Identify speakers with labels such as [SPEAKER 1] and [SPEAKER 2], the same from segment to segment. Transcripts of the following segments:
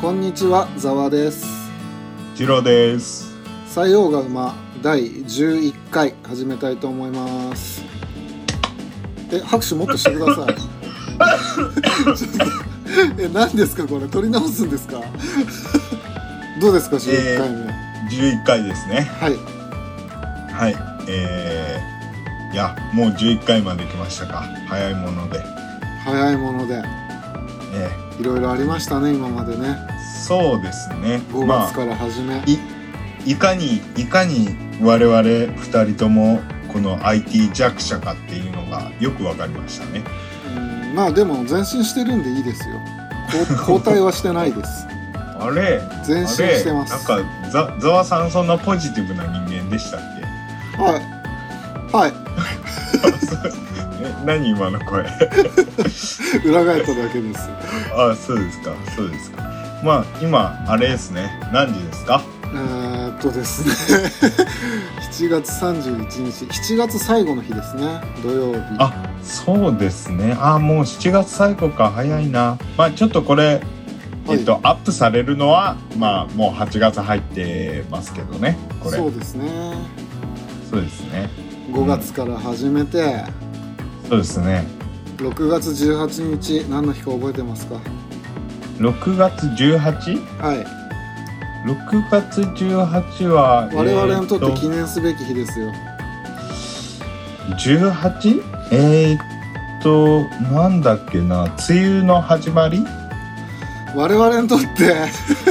[SPEAKER 1] こんにちは、ざわです。
[SPEAKER 2] ジローです。
[SPEAKER 1] 西洋が馬第11回始めたいと思います。え、拍手もっとしてください。ちょ っとえ、何ですかこれ、取り直すんですかどうですか、11回目。
[SPEAKER 2] 11回ですね。
[SPEAKER 1] はい、
[SPEAKER 2] はい。えー、いや、もう11回まで来ましたか。早いもので。
[SPEAKER 1] 早いもので、
[SPEAKER 2] え
[SPEAKER 1] いろいろありましたね、今までね。
[SPEAKER 2] ー、そうですね。
[SPEAKER 1] 5
[SPEAKER 2] ま
[SPEAKER 1] 月
[SPEAKER 2] あ、
[SPEAKER 1] から始め。
[SPEAKER 2] い、いかに、いかに我々2人とも、この IT 弱者かっていうのがよくわかりましたね。
[SPEAKER 1] うんまあ、でも、前進してるんでいいですよ。こう後退はしてないです。
[SPEAKER 2] あれ
[SPEAKER 1] 前進
[SPEAKER 2] あれ
[SPEAKER 1] して
[SPEAKER 2] な
[SPEAKER 1] ま
[SPEAKER 2] ん
[SPEAKER 1] す。
[SPEAKER 2] か、ざ、ざわさんそんなポジティブな人間でしたっけ
[SPEAKER 1] はい。はい。
[SPEAKER 2] え何今の声
[SPEAKER 1] 裏返っただけです。
[SPEAKER 2] あそうですかそうですかまあ今あれですね何時ですか
[SPEAKER 1] えーっとですね 7月31日7月最後の日ですね土曜日
[SPEAKER 2] あそうですねあもう7月最後か早いなまあちょっとこれ、
[SPEAKER 1] はい
[SPEAKER 2] えっとアップされるのはまあもう8月入ってますけどねこれそ
[SPEAKER 1] そううですね
[SPEAKER 2] ですね
[SPEAKER 1] 5月から始めて、
[SPEAKER 2] そうですね
[SPEAKER 1] 6月18日何の日か覚えてますか
[SPEAKER 2] 6月 18?6
[SPEAKER 1] はい
[SPEAKER 2] 月18は
[SPEAKER 1] 我々にとって記
[SPEAKER 2] え
[SPEAKER 1] 念すべき日ですよ、
[SPEAKER 2] ー、18? えー、っとなんだっけな梅雨の始まり
[SPEAKER 1] 我々にとって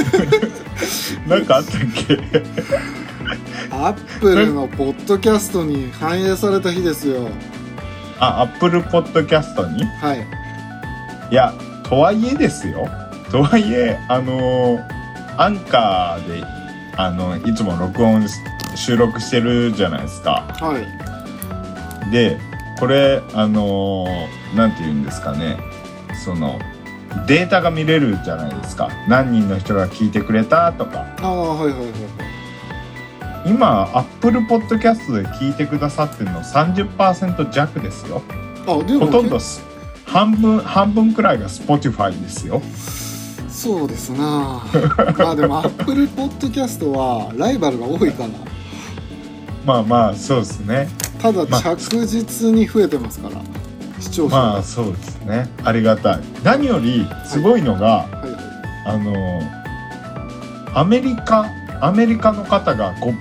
[SPEAKER 2] なんかあったっけ
[SPEAKER 1] アップルのポッドキャストに反映された日ですよ
[SPEAKER 2] あ、アップルポッドキャストにい
[SPEAKER 1] はい
[SPEAKER 2] や、とはいえですよ。とはいえ、あのーアンカーで、あの、いつも録音し、収録してるじゃないですか。
[SPEAKER 1] はい
[SPEAKER 2] で、これ、あのーなんて言うんですかね。その、データが見れるじゃないですか。何人の人が聞いてくれたとか。
[SPEAKER 1] ああはいはいはい
[SPEAKER 2] 今、アップルポッドキャストで聞いてくださってるの30%弱ですよ。
[SPEAKER 1] あでも
[SPEAKER 2] ほとんどす、半分、半分くらいが Spotify ですよ。
[SPEAKER 1] そうですなまあでもアップルポッドキャストはライバルが多いかな
[SPEAKER 2] まあまあそうですね
[SPEAKER 1] ただ
[SPEAKER 2] まあ
[SPEAKER 1] 着実に増えてますから、視聴者が、
[SPEAKER 2] まあそうですねありがたい何よりすごいのが、
[SPEAKER 1] はいは
[SPEAKER 2] あのアメリカアメリカの方が5%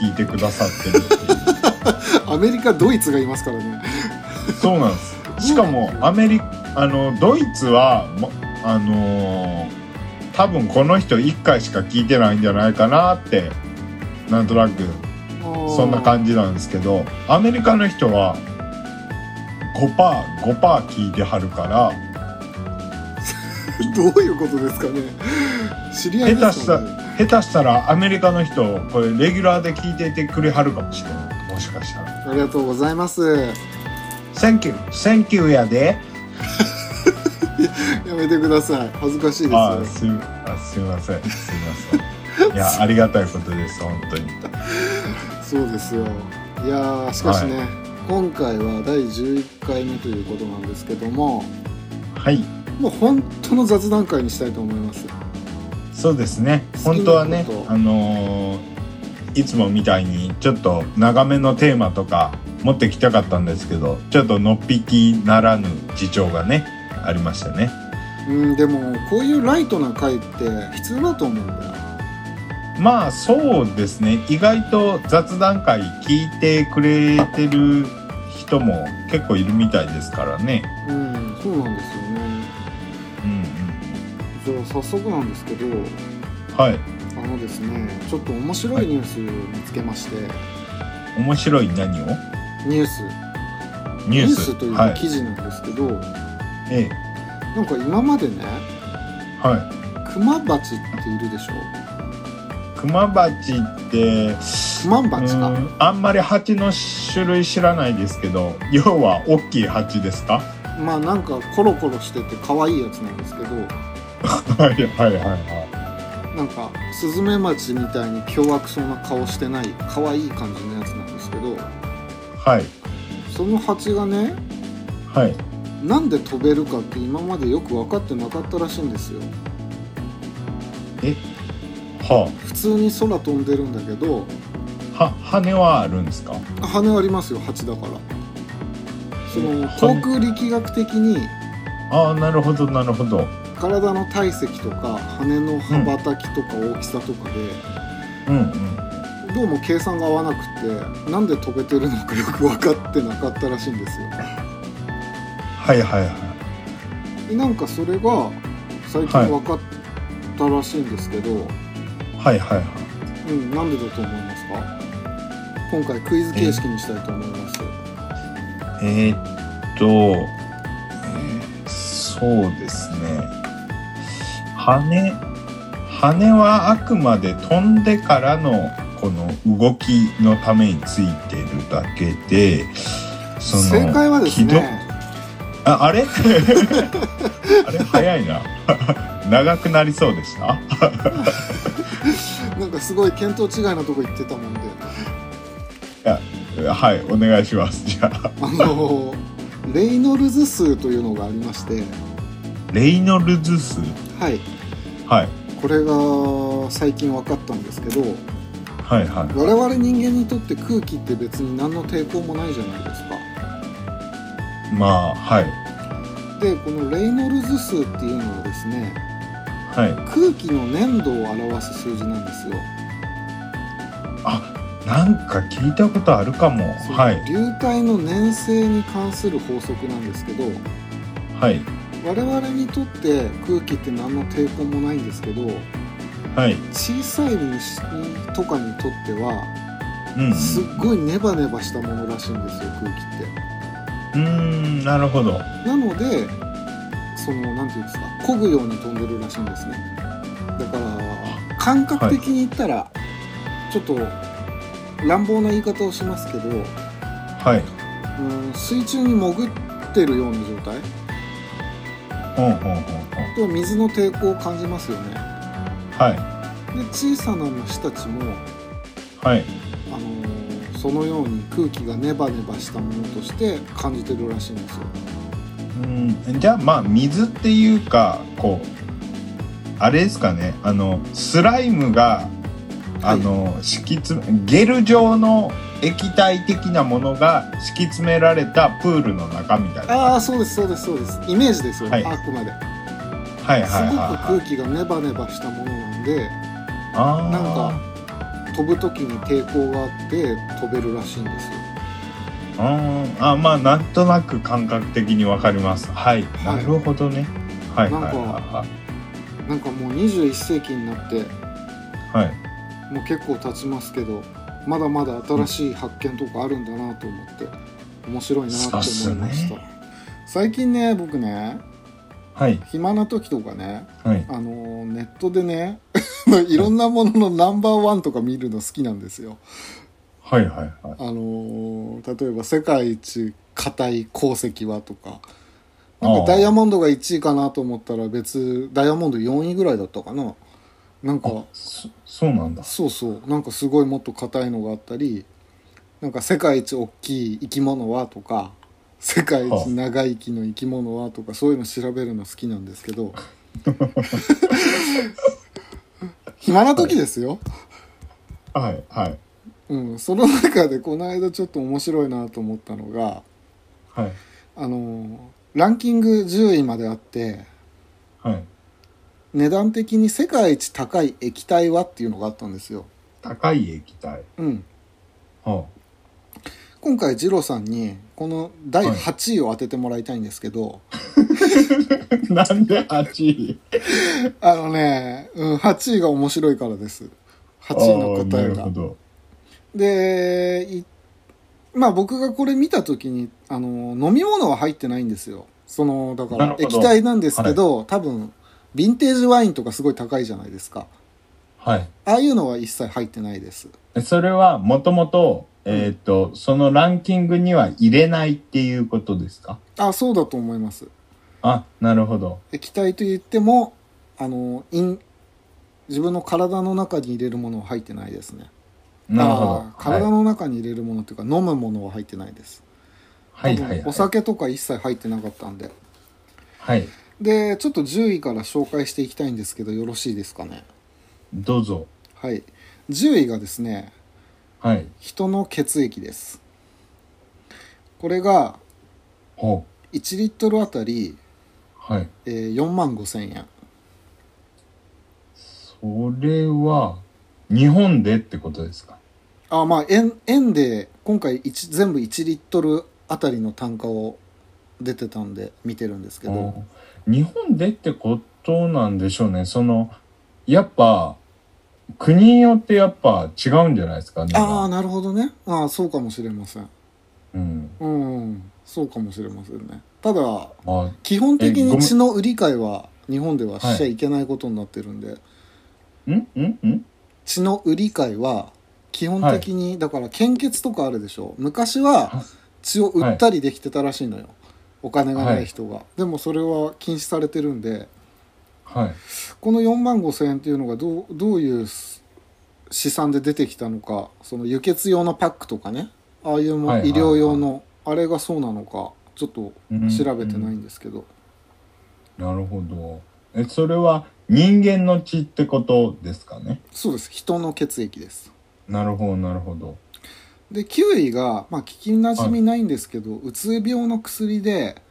[SPEAKER 2] 聞いてくださってるってい
[SPEAKER 1] い、アメリカドイツがいますからね
[SPEAKER 2] うそうなんですしかもアメリあのドイツはもあの多分この人1回しか聞いてないんじゃないかなってなんとなくそんな感じなんですけどアメリカの人は 5%5% 聞いてはるから
[SPEAKER 1] じどういうことですかね知り合いで
[SPEAKER 2] 下手
[SPEAKER 1] す
[SPEAKER 2] し
[SPEAKER 1] か
[SPEAKER 2] た
[SPEAKER 1] ね
[SPEAKER 2] 下手したらアメリカの人これレギュラーで聞いていてくれはるかもしれないもしかしたら
[SPEAKER 1] ありがとうございますや
[SPEAKER 2] 「Thank you」「Thank you」やで
[SPEAKER 1] めてください恥ずかしいです
[SPEAKER 2] あ
[SPEAKER 1] よ
[SPEAKER 2] ーすいあすいませんすいません いやありがたいことです本当に
[SPEAKER 1] そうですよいやーしかしね、今回は第11回目ということなんですけども
[SPEAKER 2] はい
[SPEAKER 1] もう本当の雑談会にしたいと思います
[SPEAKER 2] そうですね本当はね
[SPEAKER 1] 好きなこと
[SPEAKER 2] あのーいつもみたいにちょっと長めのテーマとか持ってきたかったんですけどちょっとのっぴきならぬ事情がねありましたね
[SPEAKER 1] うんでもこういうライトな回って必要だと思うんだよ
[SPEAKER 2] まあそうですね意外と雑談会聞いてくれてる人も結構いるみたいですからね。
[SPEAKER 1] うんそうなんですよね
[SPEAKER 2] うん
[SPEAKER 1] じゃあ早速なんですけど
[SPEAKER 2] うん、はい
[SPEAKER 1] あのですねちょっと面白いニュースを見つけまして、
[SPEAKER 2] 面白い何を
[SPEAKER 1] ニュース
[SPEAKER 2] ニュース
[SPEAKER 1] という
[SPEAKER 2] は
[SPEAKER 1] か
[SPEAKER 2] い
[SPEAKER 1] 記事なんですけど、
[SPEAKER 2] ええ
[SPEAKER 1] なんか今までね
[SPEAKER 2] は
[SPEAKER 1] クマバチっているでしょ
[SPEAKER 2] い、クマバチって
[SPEAKER 1] クマンバチ
[SPEAKER 2] う
[SPEAKER 1] か
[SPEAKER 2] んあんまり蜂の種類知らないですけど要は大きい蜂ですか
[SPEAKER 1] まあなんかコロコロしてて可愛いやつなんですけど
[SPEAKER 2] はいはいはいは
[SPEAKER 1] なんかスズメバチみたいに凶悪そうな顔してない可愛い感じのやつなんですけど
[SPEAKER 2] いはい
[SPEAKER 1] その蜂がね
[SPEAKER 2] はい
[SPEAKER 1] なんで飛べるかって今までよく分かってなかったらしいんですよ
[SPEAKER 2] は
[SPEAKER 1] 普通に空飛んでるんだけど
[SPEAKER 2] あ、は羽はあるんですか
[SPEAKER 1] 羽ありますよ蜂だからその
[SPEAKER 2] 羽
[SPEAKER 1] 航空力学的に
[SPEAKER 2] ああなるほどなるほど
[SPEAKER 1] 体の体積とか羽の羽ばたきとか大きさとかで、
[SPEAKER 2] うんうん
[SPEAKER 1] どうも計算が合わなくてなんで飛べてるのかよく分かってなかったらしいんですよ
[SPEAKER 2] はいはいは
[SPEAKER 1] でなんかそれが最近分かったらしいんですけど、
[SPEAKER 2] いはいはいはい
[SPEAKER 1] うん、なんでだと思いますか今回クイズ形式にしたいと思います、
[SPEAKER 2] えーっと、えーそうですね羽羽はあくまで飛んでからのこの動きのためについてるだけでその
[SPEAKER 1] 正解はです
[SPEAKER 2] 軌道
[SPEAKER 1] ね
[SPEAKER 2] ああれ あれ早いな 長くなりそうでした
[SPEAKER 1] なんかすごい見当違いなとこ行ってたもんで
[SPEAKER 2] はいお願いしますじゃあ
[SPEAKER 1] あのレイノルズ数というのがありまして
[SPEAKER 2] レイノルズ数
[SPEAKER 1] はい
[SPEAKER 2] はい
[SPEAKER 1] これが最近分かったんですけど
[SPEAKER 2] はいはい
[SPEAKER 1] 我々人間にとって空気って別に何の抵抗もないじゃないですか
[SPEAKER 2] まあはい
[SPEAKER 1] でこのレイノルズ数っていうのはですね
[SPEAKER 2] はい
[SPEAKER 1] 空気の粘度を表す数字なんですよ
[SPEAKER 2] あなんか聞いたことあるかも
[SPEAKER 1] その
[SPEAKER 2] はい
[SPEAKER 1] 流体の粘性に関する法則なんですけど
[SPEAKER 2] はい
[SPEAKER 1] 我々にとって空気って何の抵抗もないんですけど
[SPEAKER 2] はい
[SPEAKER 1] 小さい虫とかにとっては
[SPEAKER 2] うんうん
[SPEAKER 1] すっごいネバネバしたものらしいんですよ空気って。
[SPEAKER 2] うーんなるほど
[SPEAKER 1] なのでその何て言うんですか漕ぐように飛んでるらしいんですね。だから感覚的に言ったら、ちょっと乱暴な言い方をしますけど
[SPEAKER 2] はいう
[SPEAKER 1] うん水中に潜ってるような状態
[SPEAKER 2] んうんうんうん
[SPEAKER 1] と水の抵抗を感じますよね。
[SPEAKER 2] は
[SPEAKER 1] で小さな虫たちも
[SPEAKER 2] いはい
[SPEAKER 1] あのーそのように空気がネバネバしたものとして感じてるらしいんですよ
[SPEAKER 2] うんじゃあまあ水っていうかこうあれですかねあのスライムがあの、敷き詰めゲル状の液体的なものが敷き詰められたプールの中みたいな
[SPEAKER 1] ああそうですそうですそうですイメージですよ、
[SPEAKER 2] はい
[SPEAKER 1] あくまで、
[SPEAKER 2] はいはいはい
[SPEAKER 1] すご
[SPEAKER 2] は
[SPEAKER 1] く
[SPEAKER 2] い
[SPEAKER 1] 空気がネバネバしたものなんで
[SPEAKER 2] あー
[SPEAKER 1] なんか飛ぶ時に抵抗があって飛べるらしいんですよ
[SPEAKER 2] あーあまあなんとなく感覚的にわかりますはい、
[SPEAKER 1] はい
[SPEAKER 2] なるほどねはい
[SPEAKER 1] なん
[SPEAKER 2] はい
[SPEAKER 1] か
[SPEAKER 2] は
[SPEAKER 1] なんかもう21世紀になって
[SPEAKER 2] いはい
[SPEAKER 1] もう結構経ちますけどまだまだ新しい発見とかあるんだなと思って面白いなって思いま
[SPEAKER 2] そうっ
[SPEAKER 1] し
[SPEAKER 2] す
[SPEAKER 1] た、
[SPEAKER 2] ね
[SPEAKER 1] 最近ね僕ね
[SPEAKER 2] はい
[SPEAKER 1] 暇な時とかね
[SPEAKER 2] はい
[SPEAKER 1] あのーネットでね いろんなもののナンバーワンとか見るの好きなんですよ。
[SPEAKER 2] はいはいはい
[SPEAKER 1] あのー例えば「世界一硬い鉱石は?」とかなん
[SPEAKER 2] あ
[SPEAKER 1] か
[SPEAKER 2] ー
[SPEAKER 1] ダイヤモンドが1位かなと思ったら別ダイヤモンド4位ぐらいだったかななんか
[SPEAKER 2] そそうなんだ
[SPEAKER 1] そうそうなんかすごいもっと硬いのがあったりなんか「世界一大きい生き物は?」とか「世界一長生きの生き物は?」とかそういうの調べるの好きなんですけ ど暇な時ですよ、
[SPEAKER 2] はいはい
[SPEAKER 1] うん、その中でこの間ちょっと面白いなと思ったのが
[SPEAKER 2] はい
[SPEAKER 1] あのランキング10位まであって
[SPEAKER 2] はい
[SPEAKER 1] 値段的に世界一高い液体はっていうのがあったんですよ、
[SPEAKER 2] 高い液体
[SPEAKER 1] うん、
[SPEAKER 2] は
[SPEAKER 1] 今回二郎さんにこの第8位を当ててもらいたいんですけど、
[SPEAKER 2] あ なんで8位
[SPEAKER 1] あのね、うん、8位が面白いからです8位の答え
[SPEAKER 2] あーなる
[SPEAKER 1] が
[SPEAKER 2] ほど
[SPEAKER 1] でいまあ僕がこれ見た時にあの飲み物は入ってないんですよそのだか
[SPEAKER 2] な
[SPEAKER 1] ら
[SPEAKER 2] るほど
[SPEAKER 1] 液体なんですけど、多分ヴィンテージワインとかすごい高いじゃないですか
[SPEAKER 2] はい
[SPEAKER 1] ああいうのは一切入ってないです
[SPEAKER 2] えそれはもともとえーっとそのランキングには入れないっていうことですか
[SPEAKER 1] あそうだと思います
[SPEAKER 2] あなるほど
[SPEAKER 1] 液体と言ってもあのイン自分の体の中に入れるものは入ってないですね
[SPEAKER 2] なるほど
[SPEAKER 1] あー体の中に入れるものっていうか、飲むものは入ってないです
[SPEAKER 2] はいはいはいはい
[SPEAKER 1] お酒とか一切入ってなかったんで
[SPEAKER 2] はい
[SPEAKER 1] でちょっと10位から紹介していきたいんですけどよろしいですかね
[SPEAKER 2] どうぞ
[SPEAKER 1] はい10位がですね
[SPEAKER 2] はい
[SPEAKER 1] 人の血液ですこれが
[SPEAKER 2] ほ
[SPEAKER 1] 1リットルあたり、
[SPEAKER 2] うはい
[SPEAKER 1] えー、4万5千円
[SPEAKER 2] それは日本でってことですか
[SPEAKER 1] あまあ円円で今回一全部1リットルあたりの単価を出てたんで見てるんですけど
[SPEAKER 2] うん日本でってことなんでしょうねそのやっぱ国によってやっぱ違うんじゃないですか値
[SPEAKER 1] ああ
[SPEAKER 2] 段
[SPEAKER 1] なるほどねああそうかもしれません
[SPEAKER 2] うん
[SPEAKER 1] うんそうかもしれませんねただ
[SPEAKER 2] あ
[SPEAKER 1] 基本的
[SPEAKER 2] えご
[SPEAKER 1] に
[SPEAKER 2] めん
[SPEAKER 1] 血の売り買いは日本ではしちゃいけないことになってるんで、
[SPEAKER 2] んんん
[SPEAKER 1] 血の売り買いは基本的に、だから献血とかあるでしょ昔は
[SPEAKER 2] は
[SPEAKER 1] 血を売ったりできてたらしいのよ、お金がない人が、でもそれは禁止されてるんで
[SPEAKER 2] はい
[SPEAKER 1] この4万5千円っていうのがどうどういうす試算で出てきたのかその輸血用のパックとかねああいうも
[SPEAKER 2] はいはい
[SPEAKER 1] 医
[SPEAKER 2] はい
[SPEAKER 1] 療用のあれがそうなのかちょっと
[SPEAKER 2] うん
[SPEAKER 1] 調べてないんですけど、
[SPEAKER 2] なるほどえそれは人間の血ってことですかね
[SPEAKER 1] そうです人の血液です
[SPEAKER 2] なるほどなるほど
[SPEAKER 1] で9位が、まあ、聞きなじみないんですけど、うつ病の薬で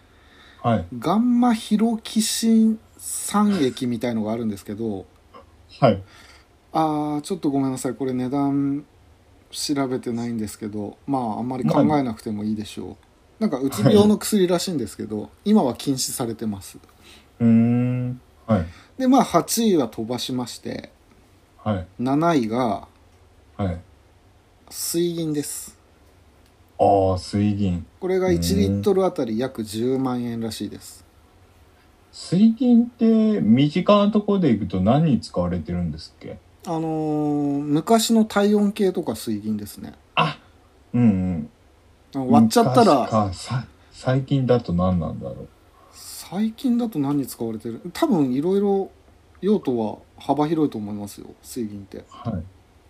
[SPEAKER 2] はい
[SPEAKER 1] ガンマヒロキシン酸液みたいのがあるんですけど
[SPEAKER 2] はい
[SPEAKER 1] あーちょっとごめんなさいこれ値段調べてないんですけどまああんまり考えなくてもいいでしょうなんかうつ病の薬らしいんですけど今は禁止されてます
[SPEAKER 2] うーんはい
[SPEAKER 1] でまあ8位は飛ばしまして
[SPEAKER 2] はい
[SPEAKER 1] 7位が
[SPEAKER 2] はい
[SPEAKER 1] 水銀です
[SPEAKER 2] ああ水銀
[SPEAKER 1] これが
[SPEAKER 2] うん
[SPEAKER 1] 1リットルあたり約10万円らしいです
[SPEAKER 2] 水銀って身近なところで行くと何に使われてるんですっけ
[SPEAKER 1] あのー昔の体温計とか水銀ですね
[SPEAKER 2] あうんうん
[SPEAKER 1] 割っちゃった
[SPEAKER 2] 昔
[SPEAKER 1] ら
[SPEAKER 2] かさ最近だと何なんだろう
[SPEAKER 1] 最近だと何に使われてる多分いろいろ用途は幅広いと思いますよ水銀って
[SPEAKER 2] はい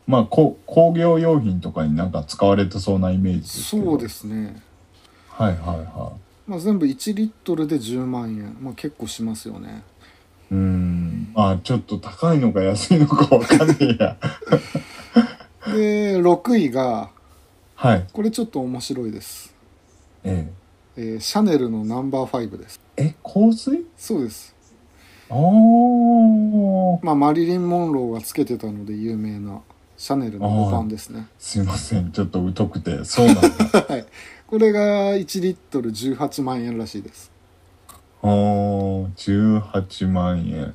[SPEAKER 2] まあこ工業用品とかになんか使われてそうなイメージですけど
[SPEAKER 1] そうですね、
[SPEAKER 2] はいはいは
[SPEAKER 1] まあ、全部1リットルで10万円、まあ、結構しますよね
[SPEAKER 2] いうーんまあちょっと高いのか安いのかわかんねえや
[SPEAKER 1] で6位が
[SPEAKER 2] はい
[SPEAKER 1] これちょっと面白いです、
[SPEAKER 2] え
[SPEAKER 1] えーシャネルのナンバー5です
[SPEAKER 2] ええ香水
[SPEAKER 1] そうです
[SPEAKER 2] ああ
[SPEAKER 1] まあマリリン・モンローがつけてたので有名なシャネルの5番ですね
[SPEAKER 2] すいませんちょっと疎くてそうなんだ
[SPEAKER 1] はいこれが1リットル18万円らしいです
[SPEAKER 2] あー18万円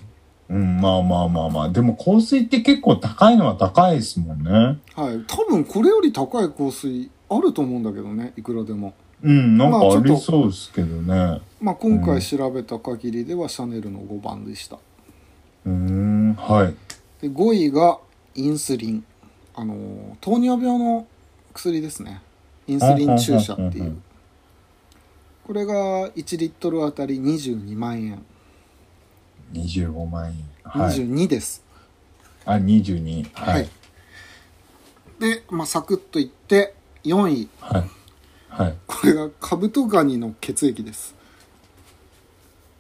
[SPEAKER 2] うんまあまあまあまあでも香水って結構高いのは高いですもんね
[SPEAKER 1] はい多分これより高い香水あると思うんだけどねいくらでも
[SPEAKER 2] うんなんか
[SPEAKER 1] まあちょ
[SPEAKER 2] あ
[SPEAKER 1] っと
[SPEAKER 2] りそうですけどね
[SPEAKER 1] まあ今
[SPEAKER 2] う
[SPEAKER 1] 回
[SPEAKER 2] ん
[SPEAKER 1] 調べた限りではシャネルの5番でした
[SPEAKER 2] うーんはい
[SPEAKER 1] で5位がインスリンあのー糖尿病の薬ですねインスリン注射って
[SPEAKER 2] うんうん
[SPEAKER 1] い
[SPEAKER 2] うんう
[SPEAKER 1] うんこれが1リットルあたり22万円、
[SPEAKER 2] 25万円はい
[SPEAKER 1] 22です
[SPEAKER 2] あ22
[SPEAKER 1] はい、
[SPEAKER 2] はい
[SPEAKER 1] で、まあ、サクッといって4位
[SPEAKER 2] はいはい
[SPEAKER 1] これがカブトガニの血液です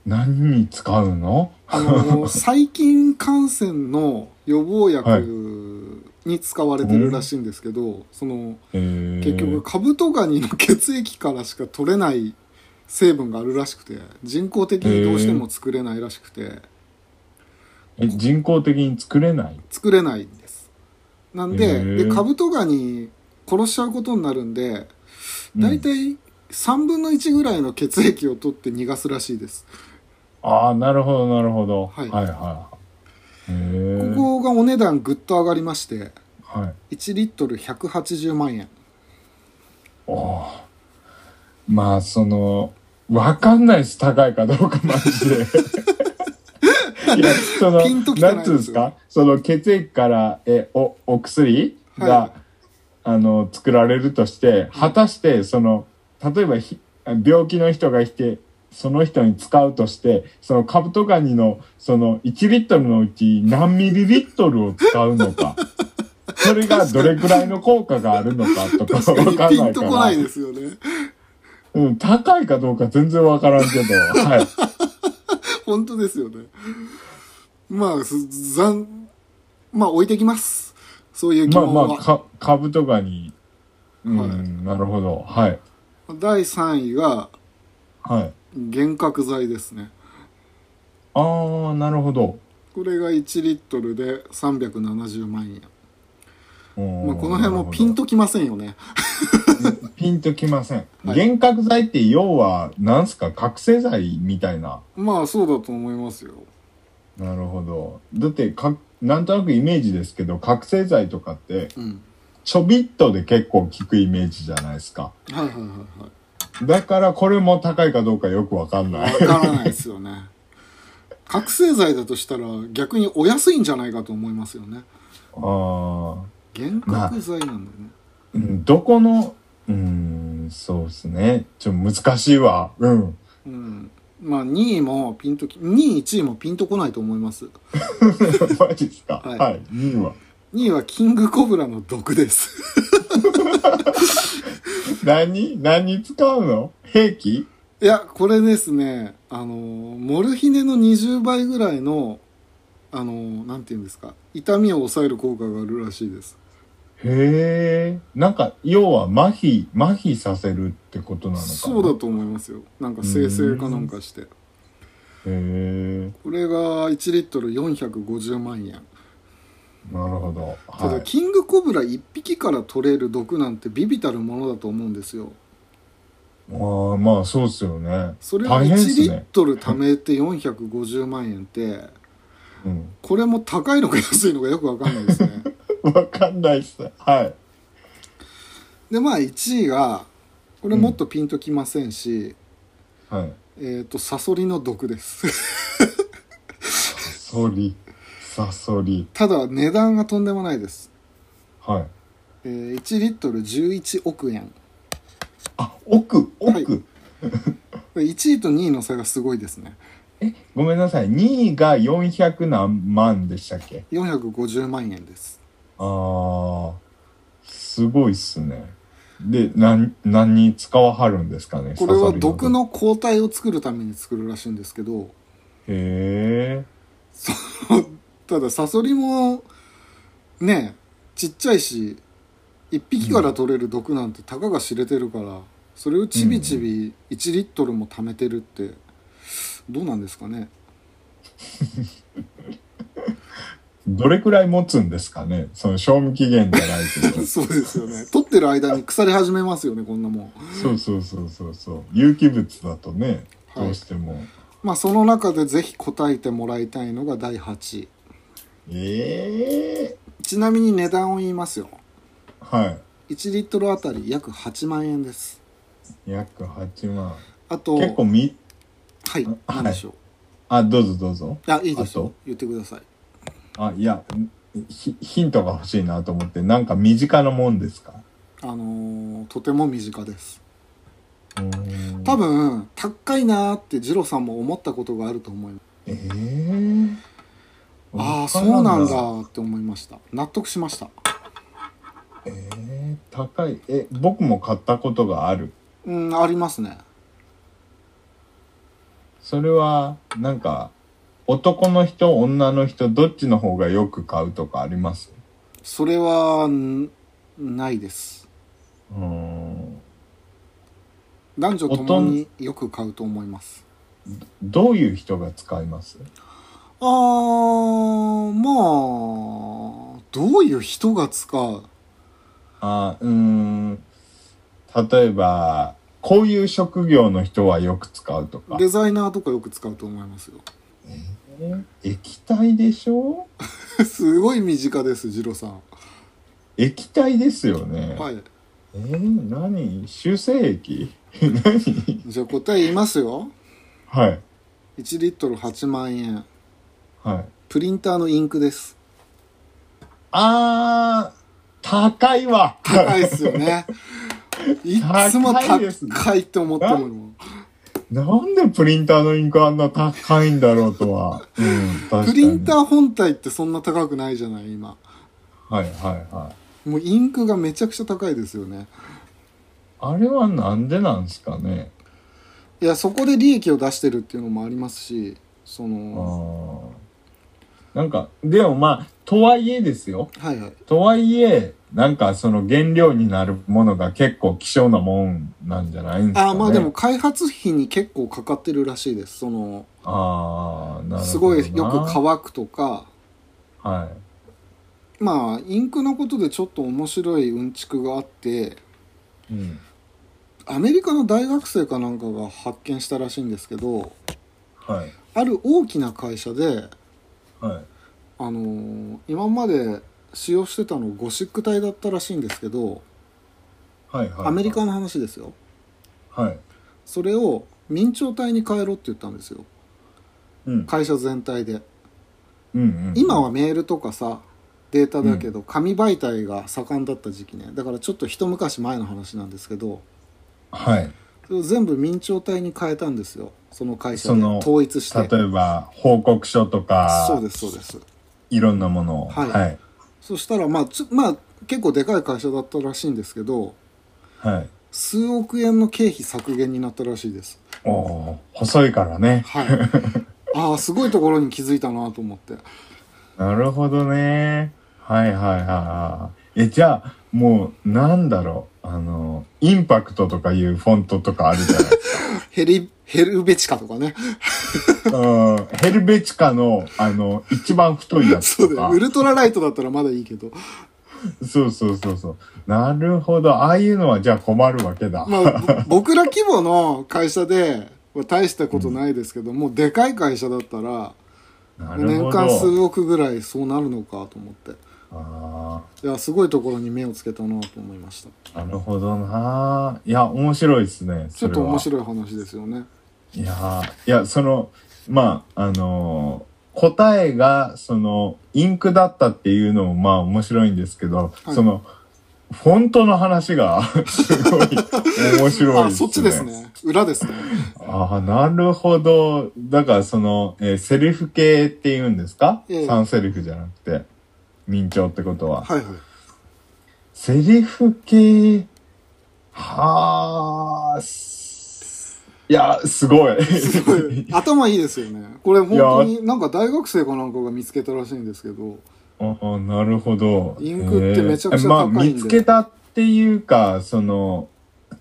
[SPEAKER 2] 何に使うの
[SPEAKER 1] あ のー細菌感染の予防
[SPEAKER 2] はい
[SPEAKER 1] 薬に使われてるらしいんですけど、その
[SPEAKER 2] えー
[SPEAKER 1] 結局カブトガニの血液からしか取れない成分があるらしくて人工的にどうしても作れないらしくて
[SPEAKER 2] え人工的に作れない
[SPEAKER 1] 作れないんですなんで,、
[SPEAKER 2] へー
[SPEAKER 1] でカブトガニ殺しちゃうことになるんで
[SPEAKER 2] うん
[SPEAKER 1] 大体3分の1ぐらいの血液を取って逃がすらしいです、
[SPEAKER 2] ああなるほどなるほど、
[SPEAKER 1] はい
[SPEAKER 2] はいはいへえ
[SPEAKER 1] ここがお値段ぐっと上がりまして
[SPEAKER 2] はい
[SPEAKER 1] 1リットル180万円
[SPEAKER 2] おおまあそのわかんないです高いかどうかマ ジでいやその
[SPEAKER 1] ピンときてない
[SPEAKER 2] な
[SPEAKER 1] です
[SPEAKER 2] んつうんですかその血液からえおお薬が、
[SPEAKER 1] はい
[SPEAKER 2] あの作られるとして果たしてその例えばひ病気の人がいてその人に使うとしてそのカブトガニのその1リットルのうち何ミリリットルを使うのかそれがどれくらいの効果があるのかとか
[SPEAKER 1] 確
[SPEAKER 2] わ
[SPEAKER 1] か
[SPEAKER 2] かん
[SPEAKER 1] に
[SPEAKER 2] な
[SPEAKER 1] ピ
[SPEAKER 2] い
[SPEAKER 1] ン
[SPEAKER 2] か
[SPEAKER 1] と
[SPEAKER 2] ら
[SPEAKER 1] こないですよね
[SPEAKER 2] うん、高いかどうか全然わからんけ ど、はい。
[SPEAKER 1] 本当ですよねまあす残まあ置いてきますそういう疑
[SPEAKER 2] ま
[SPEAKER 1] 問は、
[SPEAKER 2] あまあか株とかにうん、
[SPEAKER 1] はい
[SPEAKER 2] なるほどはい
[SPEAKER 1] 第3位が
[SPEAKER 2] はい
[SPEAKER 1] 幻覚剤ですね
[SPEAKER 2] ああなるほど、
[SPEAKER 1] これが1リットルで370万円、
[SPEAKER 2] うん
[SPEAKER 1] まあ、この辺もピンときませんよね
[SPEAKER 2] ピンときません、
[SPEAKER 1] はい
[SPEAKER 2] 幻覚剤って要はなんすか覚醒剤みたいな
[SPEAKER 1] まあそうだと思いますよ
[SPEAKER 2] なるほどだってかなんとなくイメージですけど覚醒剤とかって
[SPEAKER 1] うん
[SPEAKER 2] ちょびっとで結構効くイメージじゃないですか
[SPEAKER 1] はいはいはいはい
[SPEAKER 2] だからこれも高いかどうかよくわかん ない
[SPEAKER 1] わからないですよね覚醒剤だとしたら逆にお安いんじゃないかと思いますよね
[SPEAKER 2] あー
[SPEAKER 1] 幻覚剤なんだよね、
[SPEAKER 2] うんどこのうんそうですねちょっと難しいわうん
[SPEAKER 1] うんまあ2位もピンとき2位1位もピンとこないと思います
[SPEAKER 2] マジですか。
[SPEAKER 1] はい
[SPEAKER 2] はい。二位は。
[SPEAKER 1] 2位はキングコブラの毒です
[SPEAKER 2] 何何に使うの兵器
[SPEAKER 1] いやこれですねあのモルヒネの20倍ぐらいのあのなんて言うんですか痛みを抑える効果があるらしいです
[SPEAKER 2] へえ。なんか、要は麻痺、麻痺させるってことなのかな。
[SPEAKER 1] そうだと思いますよなんか生成かなんかして
[SPEAKER 2] へえ。
[SPEAKER 1] これが1リットル450万円
[SPEAKER 2] なるほど。
[SPEAKER 1] ただ
[SPEAKER 2] はい。
[SPEAKER 1] キングコブラ1匹から取れる毒なんてビビたるものだと思うんですよ
[SPEAKER 2] まあ、まあ、そうっすよね。
[SPEAKER 1] それを
[SPEAKER 2] 大
[SPEAKER 1] 1
[SPEAKER 2] 変っ
[SPEAKER 1] リ
[SPEAKER 2] す
[SPEAKER 1] ッ
[SPEAKER 2] ね。
[SPEAKER 1] トル貯めて450万円って
[SPEAKER 2] うん。
[SPEAKER 1] これも高いのか安いのかよくわかんないですね
[SPEAKER 2] わかんないっす。はい。
[SPEAKER 1] でまあ1位がこれもっとピンときませんし、
[SPEAKER 2] はい。
[SPEAKER 1] えっ、とサソリの毒です
[SPEAKER 2] サソリ。サソリ。
[SPEAKER 1] ただ値段がとんでもないです、
[SPEAKER 2] はい。
[SPEAKER 1] えー1リットル11億円
[SPEAKER 2] あ、奥、奥。
[SPEAKER 1] は1位と2位の差がすごいですね
[SPEAKER 2] え、ごめんなさい。2位が400何万でしたっけ
[SPEAKER 1] 450万円です
[SPEAKER 2] ああ、すごいっすね。で、なん、何に使わはるんですかね。
[SPEAKER 1] これは
[SPEAKER 2] サソリ
[SPEAKER 1] 毒。の抗体を作るために作るらしいんですけど
[SPEAKER 2] へえ。
[SPEAKER 1] ただサソリもねちっちゃいし1匹から取れる毒なんてたかが知れてるからそれをちびちび1リットルも貯めてるってどうなんですかね。
[SPEAKER 2] どれくらい持つんですかね。その賞味期限じゃないけ ど
[SPEAKER 1] そうですよね取ってる間に腐り始めますよねこんなもん
[SPEAKER 2] そうそうそうそうそう。有機物だとね、
[SPEAKER 1] はい
[SPEAKER 2] どうしても。
[SPEAKER 1] まあその中でぜひ答えてもらいたいのが第8位
[SPEAKER 2] ええ
[SPEAKER 1] ちなみに値段を言いますよ
[SPEAKER 2] は
[SPEAKER 1] 1リットルあたり約8万円です
[SPEAKER 2] い。約8万。
[SPEAKER 1] あと
[SPEAKER 2] 結構み、
[SPEAKER 1] はい何でしょう、
[SPEAKER 2] あ、どうぞどうぞ。
[SPEAKER 1] あいいです
[SPEAKER 2] あ
[SPEAKER 1] よ
[SPEAKER 2] と
[SPEAKER 1] 言ってください
[SPEAKER 2] あ、いや、ヒヒントが欲しいなと思って、なんか身近なもんですか
[SPEAKER 1] あのーとても身近です
[SPEAKER 2] うーん
[SPEAKER 1] 多分高いなーって二郎さんも思ったことがあると思います
[SPEAKER 2] えー、
[SPEAKER 1] ああそうなんだ
[SPEAKER 2] わか
[SPEAKER 1] ーって思いました納得しました
[SPEAKER 2] らんなえー、高いえ僕も買ったことがある
[SPEAKER 1] うんありますね
[SPEAKER 2] それはなんか男の人女の人どっちの方がよく買うとかあります
[SPEAKER 1] それはんないです
[SPEAKER 2] うーん
[SPEAKER 1] 男女ともによく買うと思います
[SPEAKER 2] どういう人が使います
[SPEAKER 1] あーまあどういう人が使う
[SPEAKER 2] あーうーん例えばこういう職業の人はよく使うとか
[SPEAKER 1] デザイナーとかよく使うと思いますよ
[SPEAKER 2] 液体でしょ
[SPEAKER 1] すごい身近です二郎さん
[SPEAKER 2] 液体ですよね、
[SPEAKER 1] はい
[SPEAKER 2] えー、何修正液
[SPEAKER 1] じゃあ答え言いますよ
[SPEAKER 2] はい
[SPEAKER 1] 1リットル8万円
[SPEAKER 2] はい
[SPEAKER 1] プリンターのインクです
[SPEAKER 2] あー、高いわ。
[SPEAKER 1] 高いっすよねいつも
[SPEAKER 2] 高いですね
[SPEAKER 1] 高いって思ってもの
[SPEAKER 2] なんでプリンターのインクあんな高いんだろうとは。うん、確かに。
[SPEAKER 1] プリンター本体ってそんな高くないじゃない今
[SPEAKER 2] はいはいはい。
[SPEAKER 1] もうインクがめちゃくちゃ高いですよね
[SPEAKER 2] あれはなんでなんですかね。
[SPEAKER 1] いやそこで利益を出してるっていうのもありますしそ
[SPEAKER 2] あ
[SPEAKER 1] の
[SPEAKER 2] ーなんか、でもまあ、とはいえですよ。
[SPEAKER 1] はいはい
[SPEAKER 2] とはいえ、なんかその原料になるものが結構希少なもんなんじゃないんですか、ね。
[SPEAKER 1] あーまあでも。開発費に結構かかってるらしいですその
[SPEAKER 2] ああ、なるほどな。
[SPEAKER 1] すごいよく乾くとか
[SPEAKER 2] は
[SPEAKER 1] まあインクのことでちょっと面白いうんちくがあって
[SPEAKER 2] い。うん。
[SPEAKER 1] アメリカの大学生かなんかが発見したらしいんですけど
[SPEAKER 2] はい。
[SPEAKER 1] ある大きな会社で
[SPEAKER 2] はい。
[SPEAKER 1] あのー今まで使用してたのゴシック体だったらしいんですけど
[SPEAKER 2] はい。はい。
[SPEAKER 1] アメリカの話ですよ
[SPEAKER 2] はい。
[SPEAKER 1] それを明朝体に変えろって言ったんですよ
[SPEAKER 2] うん。
[SPEAKER 1] 会社全体で
[SPEAKER 2] うんうん。
[SPEAKER 1] 今はメールとかさデータだけど紙媒体が盛んだった時期ねだからちょっと一昔前の話なんですけど
[SPEAKER 2] はい。
[SPEAKER 1] それを全部明朝体に変えたんですよその会社
[SPEAKER 2] そ
[SPEAKER 1] で
[SPEAKER 2] の
[SPEAKER 1] 統一して
[SPEAKER 2] 例えば、報告書とか、
[SPEAKER 1] そうですそうです
[SPEAKER 2] いろんなものを。
[SPEAKER 1] はい
[SPEAKER 2] はい。
[SPEAKER 1] そしたらまあつまあ結構でかい会社だったらしいんですけど
[SPEAKER 2] はい。
[SPEAKER 1] 数億円の経費削減になったらしいです
[SPEAKER 2] おお細いからね。
[SPEAKER 1] はい ああすごいところに気づいたなと思って
[SPEAKER 2] なるほどね。はいはいはいはい。え、じゃあ、もう、なんだろう。あの、インパクトとかいうフォントとかあるじゃないです
[SPEAKER 1] ヘリヘルベチカとかね
[SPEAKER 2] か。うん。ヘルベチカの、あの、一番太いやつ
[SPEAKER 1] そう
[SPEAKER 2] と
[SPEAKER 1] だ
[SPEAKER 2] か
[SPEAKER 1] よウ。ルトラライトだったらまだいいけど
[SPEAKER 2] そうそうそうそう。なるほど。ああいうのはじゃあ困るわけだ。
[SPEAKER 1] まあ、 ぼ僕ら規模の会社で、まあ大したことないですけど、もうでかい会社だったら、
[SPEAKER 2] なる
[SPEAKER 1] 年
[SPEAKER 2] ほ
[SPEAKER 1] 間数
[SPEAKER 2] ど。
[SPEAKER 1] 億ぐらいそうなるのかと思って。
[SPEAKER 2] あ
[SPEAKER 1] いや、すごいところに目をつけたなと思いました。
[SPEAKER 2] あ、なるほどな。いや、面白いですね。
[SPEAKER 1] ちょっと面
[SPEAKER 2] い。
[SPEAKER 1] 白い話ですよね。
[SPEAKER 2] いやーいや、その、まあ、あのー答えが、その、インクだったっていうのも、まあ、面白いんですけど、
[SPEAKER 1] はい
[SPEAKER 2] その、フォントの話が、 すごい、面白いですね。
[SPEAKER 1] あ、そっちですね。裏 ですね。
[SPEAKER 2] ああ、なるほど。だから、その、えーセリフ系っていうんですか、
[SPEAKER 1] ええ
[SPEAKER 2] サンセリフじゃなくて、明朝ってことは。
[SPEAKER 1] はいはい。
[SPEAKER 2] セリフ系、はあ、すいや、すごい。
[SPEAKER 1] すごい。頭いいですよね。これ本当になんか大学生かなんかが見つけたらしいんですけど、
[SPEAKER 2] ああ、なるほど。
[SPEAKER 1] インクってめちゃくちゃ
[SPEAKER 2] えーまあ、
[SPEAKER 1] 高いんで
[SPEAKER 2] 見つけたっていうか、その、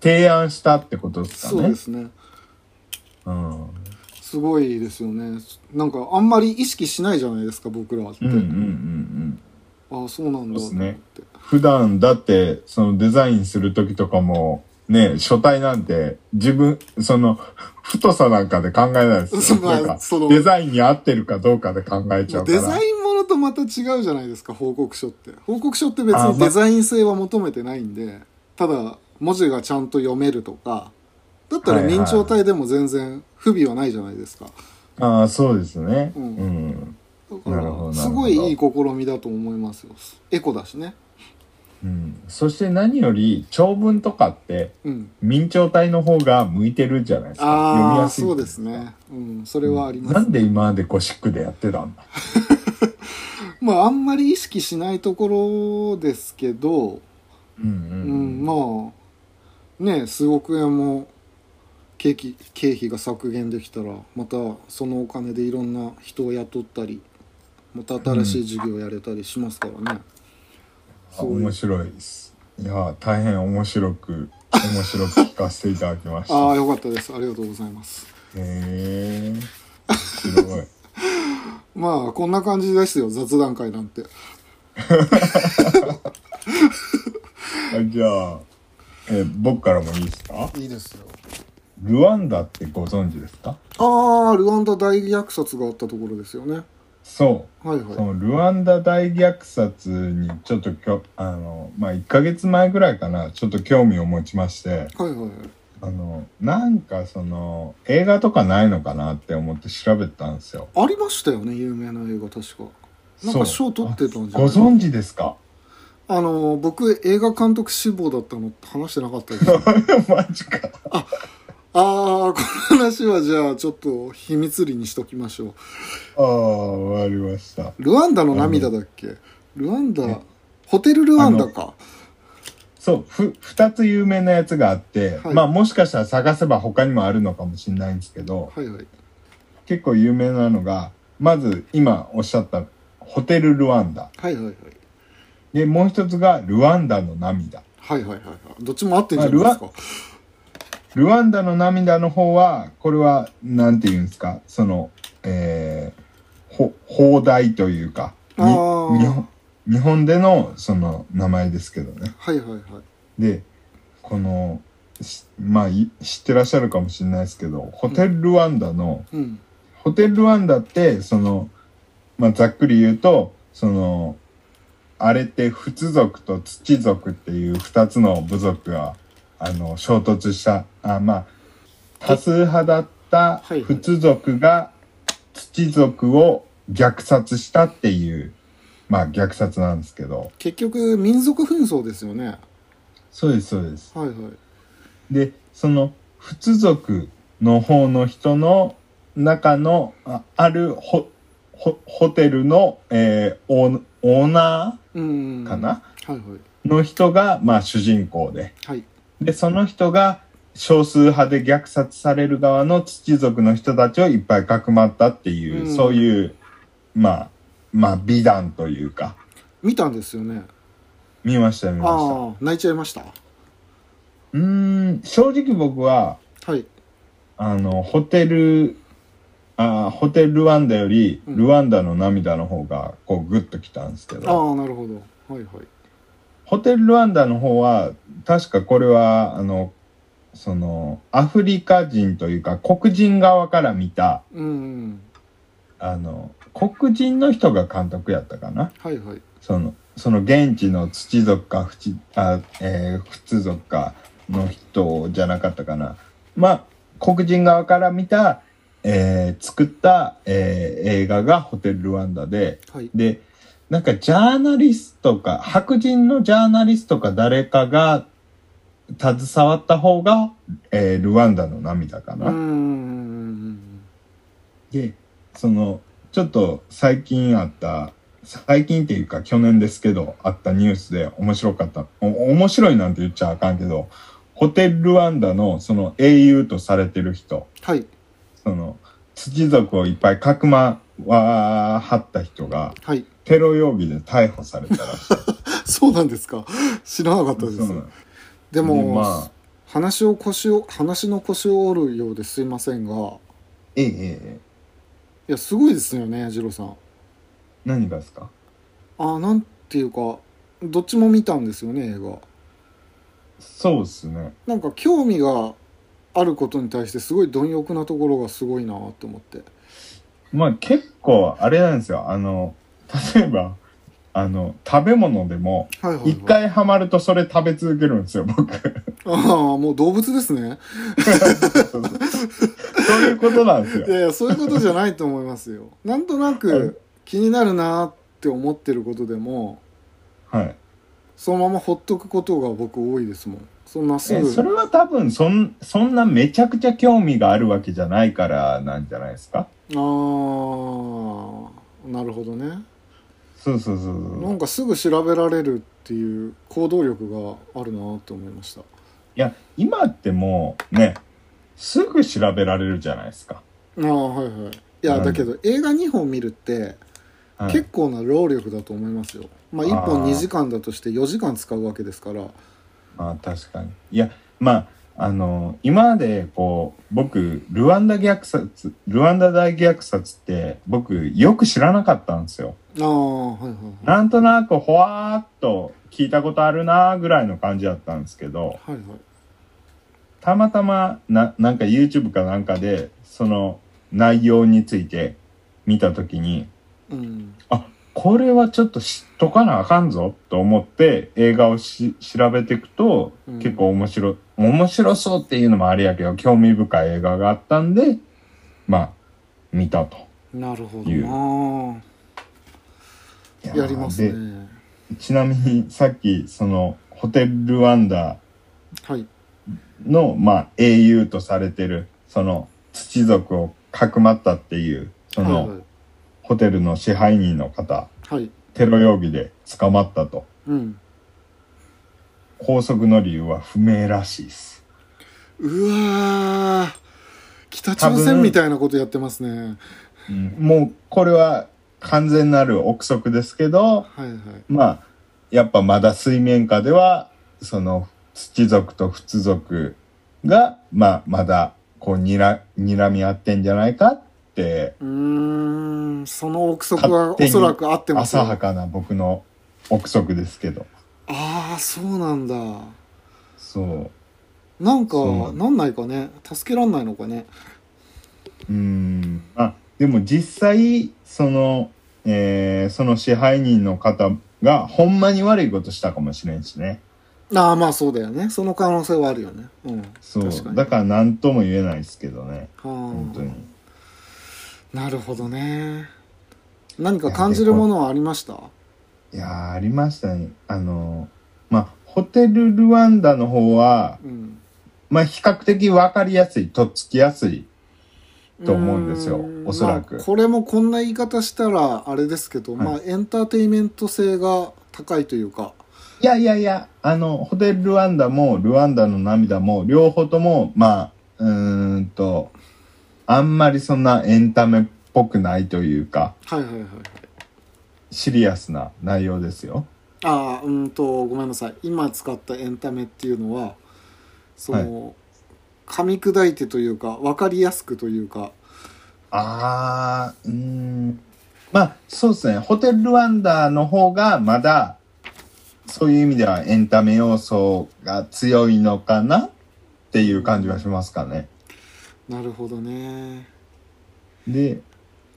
[SPEAKER 2] 提案したってことですかね。
[SPEAKER 1] そうですね。
[SPEAKER 2] うん。うん
[SPEAKER 1] すごいですよね。なんかあんまり意識しないじゃないですか、僕らって。
[SPEAKER 2] うんうんうん。
[SPEAKER 1] あ、そうなんだと思っ
[SPEAKER 2] そうで
[SPEAKER 1] て。
[SPEAKER 2] 普段だって、そのデザインするときとかも、ね、書体なんて、自分、その、太さなんかで考えないですよ。
[SPEAKER 1] まあ
[SPEAKER 2] なんか
[SPEAKER 1] その
[SPEAKER 2] デザインに合ってるかどうかで考えちゃうか
[SPEAKER 1] デ
[SPEAKER 2] ら。
[SPEAKER 1] ザインものとまた違うじゃないですか報告書って報告書って別
[SPEAKER 2] あま
[SPEAKER 1] にデザイン性は求めてないんでただ文字がちゃんと読めるとかだったら
[SPEAKER 2] はいはい
[SPEAKER 1] 明朝体でも全然不備はないじゃないですか、
[SPEAKER 2] ああ、そうですね。う。
[SPEAKER 1] うんん
[SPEAKER 2] うん。
[SPEAKER 1] だ
[SPEAKER 2] なるほど
[SPEAKER 1] か
[SPEAKER 2] なるほど
[SPEAKER 1] らすごいいい試みだと思いますよエコだしね
[SPEAKER 2] そして何より、長文とかって、
[SPEAKER 1] うん
[SPEAKER 2] 明朝体の方が向いてるじゃないですか。読み
[SPEAKER 1] あ
[SPEAKER 2] や
[SPEAKER 1] あ
[SPEAKER 2] すい。
[SPEAKER 1] そうです。ねうんそれはあります、
[SPEAKER 2] なんで今までゴシックでやってたんだ
[SPEAKER 1] まああんまり意識しないところですけどう
[SPEAKER 2] うんうん。
[SPEAKER 1] ん、まあね数億円も経費経費が削減できたらまたそのお金でいろんな人を雇ったりまた新しい事業をやれたりしますからね、
[SPEAKER 2] あ
[SPEAKER 1] そういう
[SPEAKER 2] 面白いです。いや、大変面白く、面白く聞かせていただきま し
[SPEAKER 1] ああ
[SPEAKER 2] た。へ
[SPEAKER 1] よかったですありがとうございます
[SPEAKER 2] え。面白い。
[SPEAKER 1] まあこんな感じですよ雑談会なんて
[SPEAKER 2] あ じゃあ、え僕からもいいですか
[SPEAKER 1] いいですよ
[SPEAKER 2] ルワンダってご存知ですか
[SPEAKER 1] ああルワンダ大虐殺があったところですよね
[SPEAKER 2] そう。
[SPEAKER 1] はいはい
[SPEAKER 2] そのルワンダ大虐殺にちょっときょあのまあ1ヶ月前ぐらいかなちょっと興味を持ちまして
[SPEAKER 1] はいはいはい
[SPEAKER 2] あのなんかその映画とかないのかなって思って調べたんですよ
[SPEAKER 1] ありましたよね有名な映画確かなんか
[SPEAKER 2] そう
[SPEAKER 1] 賞取ってたんじゃ
[SPEAKER 2] ご
[SPEAKER 1] ない
[SPEAKER 2] 存知ですか
[SPEAKER 1] あの僕映画監督志望だったのって話してなかった です
[SPEAKER 2] マジか
[SPEAKER 1] ああ、この話はじゃあちょっと秘密裏にしときましょ
[SPEAKER 2] ああわかりました
[SPEAKER 1] う。ルワンダの涙だっけルワンダ、ホテルルワンダか。
[SPEAKER 2] そうふ2つ有名なやつがあって、
[SPEAKER 1] はい
[SPEAKER 2] まあもしかしたら探せば他にもあるのかもしれないんですけど
[SPEAKER 1] はいはい。
[SPEAKER 2] 結構有名なのがまず今おっしゃったホテルルワンダ。
[SPEAKER 1] はいはいはい
[SPEAKER 2] で、もう一つがルワンダの涙。
[SPEAKER 1] はいはいはいはいどっちも合ってんじゃないですか
[SPEAKER 2] ルワンダの涙の方は、これは、なんて言うんですか、その、えー、ほ、放題というか、に
[SPEAKER 1] あ
[SPEAKER 2] 日
[SPEAKER 1] ー
[SPEAKER 2] 本日本での、その、名前ですけどね。
[SPEAKER 1] はいはいはい
[SPEAKER 2] で、この、しまあ、い知ってらっしゃるかもしれないですけど、ホテルルワンダの、
[SPEAKER 1] うん
[SPEAKER 2] ホテルルワンダって、その、まあ、ざっくり言うと、その、あれって、仏族と土族っていう二つの部族が、あの、衝突した、あ、まあ、多数派だった
[SPEAKER 1] はいはい
[SPEAKER 2] 仏族が土族を虐殺したっていう、まあ、虐殺なんですけど、
[SPEAKER 1] 結局民族紛争ですよねは
[SPEAKER 2] そうです、そうです。
[SPEAKER 1] いはい
[SPEAKER 2] でその仏族の方の人の中のああるホホホテルの、えーオーオーナ
[SPEAKER 1] うん
[SPEAKER 2] ーかな、
[SPEAKER 1] はいはい
[SPEAKER 2] の人が、まあ、主人公で
[SPEAKER 1] はい
[SPEAKER 2] でその人が少数派で虐殺される側の土族の人たちをいっぱいかくまったっていう、
[SPEAKER 1] うん
[SPEAKER 2] そういう、まあ、まあ美談というか
[SPEAKER 1] 見たんですよね
[SPEAKER 2] 見ました見ました
[SPEAKER 1] ああ泣いちゃいました
[SPEAKER 2] うーん正直僕は
[SPEAKER 1] はい
[SPEAKER 2] あの、ホテル、あーホテルルワンダより、
[SPEAKER 1] うん
[SPEAKER 2] ルワンダの涙の方が、こう、グッときたんですけど、
[SPEAKER 1] ああなるほどはいはい
[SPEAKER 2] ホテルルワンダの方は、確かこれは、あの、その、アフリカ人というか、黒人側から見た、
[SPEAKER 1] うん
[SPEAKER 2] あの、黒人の人が監督やったかな。
[SPEAKER 1] はいはい
[SPEAKER 2] その、その現地の土族か、ふち、あ、えー、仏族かの人じゃなかったかな。まあ、黒人側から見た、えー作った、えー映画がホテルルワンダで、
[SPEAKER 1] はい
[SPEAKER 2] で、なんかジャーナリストか、白人のジャーナリストか誰かが携わった方が、えールワンダの涙か
[SPEAKER 1] う
[SPEAKER 2] な。
[SPEAKER 1] ーん
[SPEAKER 2] で、その、ちょっと最近あった、最近っていうか去年ですけど、あったニュースで面白かった。お面白いなんて言っちゃあかんけど、ホテルルワンダのその英雄とされてる人、
[SPEAKER 1] はい
[SPEAKER 2] その土族をいっぱいかくまわはった人が、
[SPEAKER 1] はい
[SPEAKER 2] テロ容疑で逮捕された らしい。
[SPEAKER 1] そうなんですか知らなかったです
[SPEAKER 2] そうなん
[SPEAKER 1] でも、
[SPEAKER 2] でまあ
[SPEAKER 1] 話を腰を話の腰を折るようですいませんが
[SPEAKER 2] ええええ。
[SPEAKER 1] いやすごいですよね次郎さん
[SPEAKER 2] 何がですか
[SPEAKER 1] あなんていうかどっちも見たんですよね映画
[SPEAKER 2] そうっすね。
[SPEAKER 1] なんか興味があることに対してすごい貪欲なところがすごいなと思って
[SPEAKER 2] まあ結構あれなんですよ。あの、例えば、あの、食べ物でも、
[SPEAKER 1] はいはい、はい、
[SPEAKER 2] 一回ハマるとそれ食べ続けるんですよ、僕。
[SPEAKER 1] ああもう動物ですね
[SPEAKER 2] そういうことなんです
[SPEAKER 1] い
[SPEAKER 2] よ。
[SPEAKER 1] やいやそういうことじゃないと思いますよなんとなく気になるなって思ってることでも
[SPEAKER 2] はい。
[SPEAKER 1] そのままほっとくことが僕多いですもんそんなす
[SPEAKER 2] え
[SPEAKER 1] ぐ
[SPEAKER 2] それは多分そん、そんなめちゃくちゃ興味があるわけじゃないからなんじゃないですか
[SPEAKER 1] あーなるほどね
[SPEAKER 2] そうそうそうそう
[SPEAKER 1] なんかすぐ調べられるっていう行動力があるなと思いました
[SPEAKER 2] いや、今ってもうね、すぐ調べられるじゃないですか。
[SPEAKER 1] ああはいはいいや
[SPEAKER 2] うん
[SPEAKER 1] だけど映画2本見るって
[SPEAKER 2] はい
[SPEAKER 1] 結構な労力だと思いますよまあ
[SPEAKER 2] あ
[SPEAKER 1] 1
[SPEAKER 2] ー
[SPEAKER 1] 本2時間だとして4時間使うわけですから
[SPEAKER 2] まあ確かに。いや、まあ、あの、今までこう、僕、ルワンダ虐殺、ルワンダ大虐殺って僕よく知らなかったんですよ。
[SPEAKER 1] ああはいはいはい
[SPEAKER 2] なんとなくほわーっと聞いたことあるなーぐらいの感じだったんですけど、
[SPEAKER 1] はいはい
[SPEAKER 2] たまたまな、なんか YouTube かなんかで、その内容について見たときに、
[SPEAKER 1] うん
[SPEAKER 2] これはちょっと知っとかなあかんぞと思って映画をし調べていくと
[SPEAKER 1] うん
[SPEAKER 2] 結構面白い、面白そうっていうのもあれやけど興味深い映画があったんでまあ見たと
[SPEAKER 1] なるほど
[SPEAKER 2] いう
[SPEAKER 1] なあやります
[SPEAKER 2] で
[SPEAKER 1] ね
[SPEAKER 2] ちなみにさっきそのホテル・ルワンダ
[SPEAKER 1] はい
[SPEAKER 2] のまあ英雄とされてるその土族をかくまったっていうそ
[SPEAKER 1] はい
[SPEAKER 2] のホテルの支配人の方
[SPEAKER 1] はいはい
[SPEAKER 2] テロ容疑で捕まったと
[SPEAKER 1] うん
[SPEAKER 2] 拘束の理由は不明らしいです
[SPEAKER 1] うわー北朝
[SPEAKER 2] 多
[SPEAKER 1] 鮮
[SPEAKER 2] 分
[SPEAKER 1] みたいなことやってますね
[SPEAKER 2] もうこれは完全なる憶測ですけど、
[SPEAKER 1] はいはい
[SPEAKER 2] まあ、やっぱまだ水面下では、その土族と仏族が、まあ、まだこうにら、睨み合ってんじゃないかって、
[SPEAKER 1] うーんその憶測はおそらく合ってます
[SPEAKER 2] 浅
[SPEAKER 1] よ
[SPEAKER 2] はかな僕の憶測ですけど。
[SPEAKER 1] ああそうなんだ
[SPEAKER 2] そう。
[SPEAKER 1] なんか
[SPEAKER 2] そうなんだ
[SPEAKER 1] なんないかね助けらんないのかね
[SPEAKER 2] うんあでも実際その、えーその支配人の方がほんまに悪いことしたかもしれんしね
[SPEAKER 1] ああまあそうだよねその可能性はあるよねうん
[SPEAKER 2] そう
[SPEAKER 1] 確かに
[SPEAKER 2] だから何とも言えないですけどね本当
[SPEAKER 1] は
[SPEAKER 2] に
[SPEAKER 1] あなるほどね何か感じるものはありました
[SPEAKER 2] いやーありましたねあのまあホテルルワンダの方は
[SPEAKER 1] うん
[SPEAKER 2] まあ比較的分かりやすいとっつきやすいと思うんですよ
[SPEAKER 1] ーん
[SPEAKER 2] おそらく
[SPEAKER 1] まあこれもこんな言い方したらあれですけど、
[SPEAKER 2] はい
[SPEAKER 1] まあエンターテインメント性が高いというか
[SPEAKER 2] いやいやいやあのホテルルワンダもルワンダの涙も両方ともまあうーんとあんまりそんなエンタメっぽくないというか
[SPEAKER 1] はいはいはいはい
[SPEAKER 2] シリアスな内容ですよ。
[SPEAKER 1] ああうんとごめんなさい今使ったエンタメっていうのはその、噛み砕いてというか分かりやすくというか
[SPEAKER 2] あーうーんまあそうですねホテルルワンダの方がまだそういう意味ではエンタメ要素が強いのかなっていう感じはしますかね。
[SPEAKER 1] なるほどね
[SPEAKER 2] で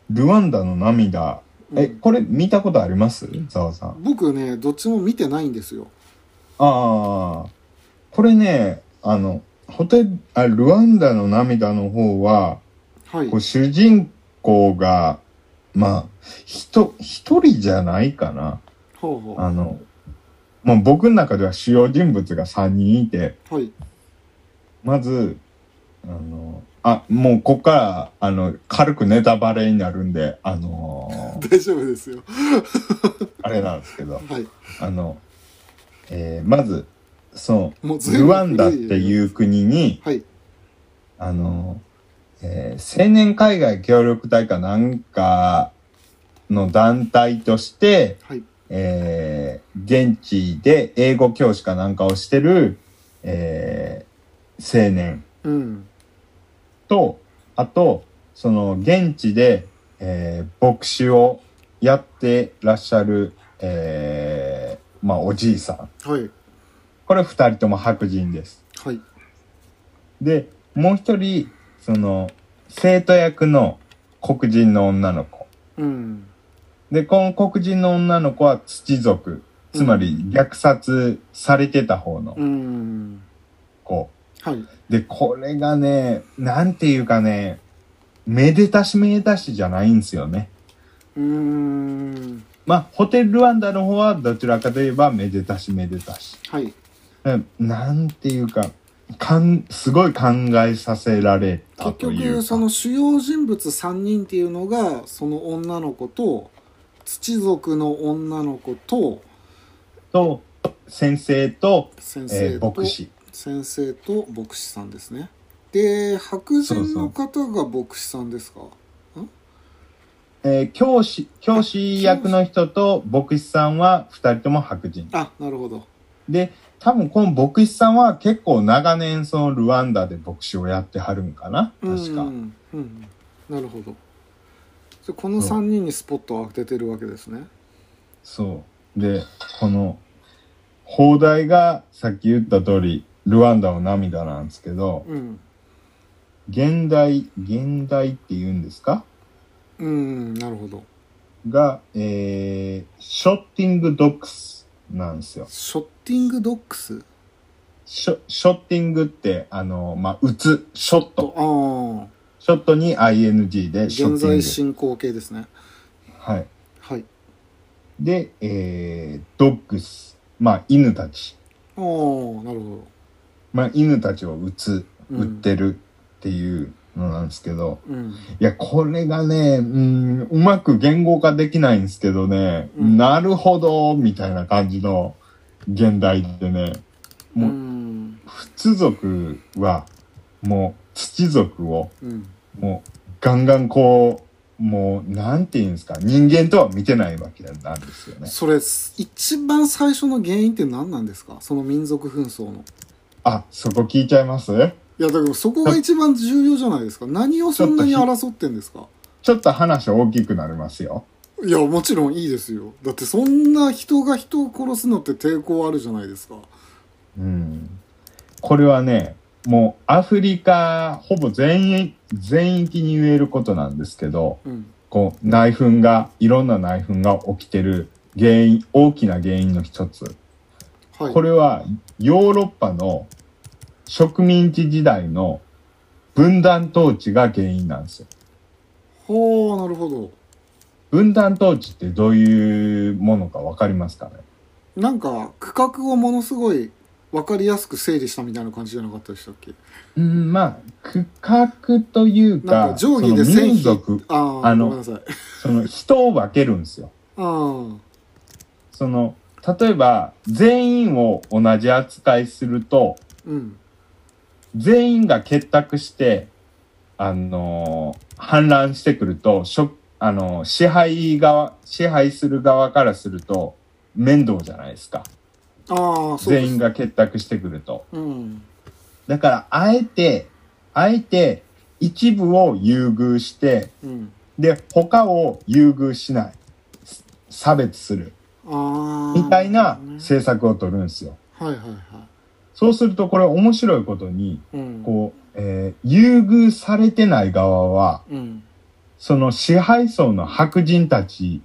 [SPEAKER 2] ルワンダの涙え
[SPEAKER 1] うん
[SPEAKER 2] これ見たことありますざわさん。
[SPEAKER 1] 僕ねどっちも見てないんですよ
[SPEAKER 2] ああ、これね、あの、ホテル、あ、ルワンダの涙の方は、
[SPEAKER 1] はい
[SPEAKER 2] こう主人公が、まあ、ひと、一人じゃないかな。
[SPEAKER 1] ほうほ
[SPEAKER 2] あの、もう僕の中では主要人物が3人いて、
[SPEAKER 1] うはい
[SPEAKER 2] まず、あの、あ、もうこっから、あの、軽くネタバレになるんで、あの
[SPEAKER 1] 大丈夫ですよ
[SPEAKER 2] あれなんですけど、
[SPEAKER 1] はい
[SPEAKER 2] あの、えーまず、そ
[SPEAKER 1] もう
[SPEAKER 2] の、ルワンダって
[SPEAKER 1] う
[SPEAKER 2] いう国に、
[SPEAKER 1] はい
[SPEAKER 2] あの、えー青年海外協力隊かなんかの団体として、
[SPEAKER 1] はい
[SPEAKER 2] えー現地で英語教師かなんかをしてる、えー青年
[SPEAKER 1] うん
[SPEAKER 2] と、あと、その現地で、えー牧師をやってらっしゃる、えーまあおじいさん。
[SPEAKER 1] はい
[SPEAKER 2] これ二人とも白人です。
[SPEAKER 1] はい
[SPEAKER 2] でもう一人その生徒役の黒人の女の子
[SPEAKER 1] うん
[SPEAKER 2] でこの黒人の女の子は土族つまり虐殺されてた方の
[SPEAKER 1] うん
[SPEAKER 2] 子、
[SPEAKER 1] はい
[SPEAKER 2] でこれがねなんていうかねめでたしめでたしじゃないんですよね
[SPEAKER 1] うーん
[SPEAKER 2] まあホテルルワンダの方はどちらかといえばめでたしめでたし
[SPEAKER 1] はい
[SPEAKER 2] うんなんていうかかんすごい考えさせられた
[SPEAKER 1] 結
[SPEAKER 2] とい
[SPEAKER 1] 局
[SPEAKER 2] うか
[SPEAKER 1] その主要人物3人っていうのがその女の子と土族の女の子と
[SPEAKER 2] と先生と、
[SPEAKER 1] 先
[SPEAKER 2] え
[SPEAKER 1] 生
[SPEAKER 2] ー
[SPEAKER 1] と、
[SPEAKER 2] 牧師
[SPEAKER 1] 先生と牧師さんですねで白人の方が牧師さんですか
[SPEAKER 2] えー教師、教師役の人と牧師さんは二人とも白人。
[SPEAKER 1] あなるほど
[SPEAKER 2] で、多分この牧師さんは結構長年そのルワンダで牧師をやってはるんかな確か。
[SPEAKER 1] うん、うん、なるほどでこの3人にスポットを当ててるわけですね
[SPEAKER 2] そう。で、この、放題がさっき言った通り、ルワンダの涙なんですけど、
[SPEAKER 1] うん
[SPEAKER 2] 現代、現代って言うんですか
[SPEAKER 1] うんなるほど
[SPEAKER 2] が、えー、ショッティングドックスなんですよ。
[SPEAKER 1] ショッティングドックス
[SPEAKER 2] ショ、ショッティングって、あの、まあ、打つ、ショット。
[SPEAKER 1] とああ
[SPEAKER 2] ショットに ING でシ
[SPEAKER 1] 現
[SPEAKER 2] ョッティング。
[SPEAKER 1] 在進行形ですね
[SPEAKER 2] はい。
[SPEAKER 1] はい
[SPEAKER 2] で、えー、ドッグス。まあ、犬たち。
[SPEAKER 1] ああなるほ
[SPEAKER 2] まあ、犬たちを撃つ、
[SPEAKER 1] うん
[SPEAKER 2] 撃ってるっていうのなんですけど。
[SPEAKER 1] どうん
[SPEAKER 2] いや、これがね、うん、うまく言語化できないんですけどね、
[SPEAKER 1] うん
[SPEAKER 2] なるほど、みたいな感じの現代でね、
[SPEAKER 1] う
[SPEAKER 2] もうん仏族は、もう土族を、
[SPEAKER 1] うん
[SPEAKER 2] もうガンガンこう、もうなんていうんですか人間とは見てないわけなんですよね。
[SPEAKER 1] それ一番最初の原因って何なんですかその民族紛争の
[SPEAKER 2] あそこ聞いちゃいます
[SPEAKER 1] いやだからそこが一番重要じゃないですか何をそんなに争ってんですか
[SPEAKER 2] ちょっと話大きくなりますよ。
[SPEAKER 1] いやもちろんいいですよだってそんな人が人を殺すのって抵抗あるじゃないですか
[SPEAKER 2] うん、これはねもうアフリカほぼ全域全域に言えることなんですけど
[SPEAKER 1] うん
[SPEAKER 2] こう内紛がいろんな内紛が起きてる原因大きな原因の一つ
[SPEAKER 1] はい
[SPEAKER 2] これはヨーロッパの植民地時代の分断統治が原因なんですよ。
[SPEAKER 1] はあなるほど
[SPEAKER 2] 分断統治ってどういうものか分かりますかね
[SPEAKER 1] なんか区画をものすごい分かりやすく整理したみたいな感じじゃなかったでしたっけ
[SPEAKER 2] うんまあ区画という
[SPEAKER 1] なん
[SPEAKER 2] か
[SPEAKER 1] か定規で
[SPEAKER 2] その
[SPEAKER 1] 線
[SPEAKER 2] 民
[SPEAKER 1] 引
[SPEAKER 2] 族
[SPEAKER 1] ああ
[SPEAKER 2] あの
[SPEAKER 1] ごめんなさい
[SPEAKER 2] その人を分けるんですよ。
[SPEAKER 1] ああ
[SPEAKER 2] その例えば全員を同じ扱いすると
[SPEAKER 1] うん
[SPEAKER 2] 全員が結託してあのー反乱してくるとしょあのー支配側支配する側からすると面倒じゃないですか
[SPEAKER 1] ああそうです
[SPEAKER 2] 全員が結託してくると
[SPEAKER 1] うん
[SPEAKER 2] だからあえてあえて一部を優遇して
[SPEAKER 1] うん
[SPEAKER 2] で他を優遇しないす差別する
[SPEAKER 1] ああ
[SPEAKER 2] みたいな
[SPEAKER 1] るほどね
[SPEAKER 2] 政策を取るんですよ
[SPEAKER 1] はいはいは
[SPEAKER 2] そうするとこれ面白いことに
[SPEAKER 1] いうん
[SPEAKER 2] こう、えー優遇されてない側は、
[SPEAKER 1] うん
[SPEAKER 2] その支配層の白人たち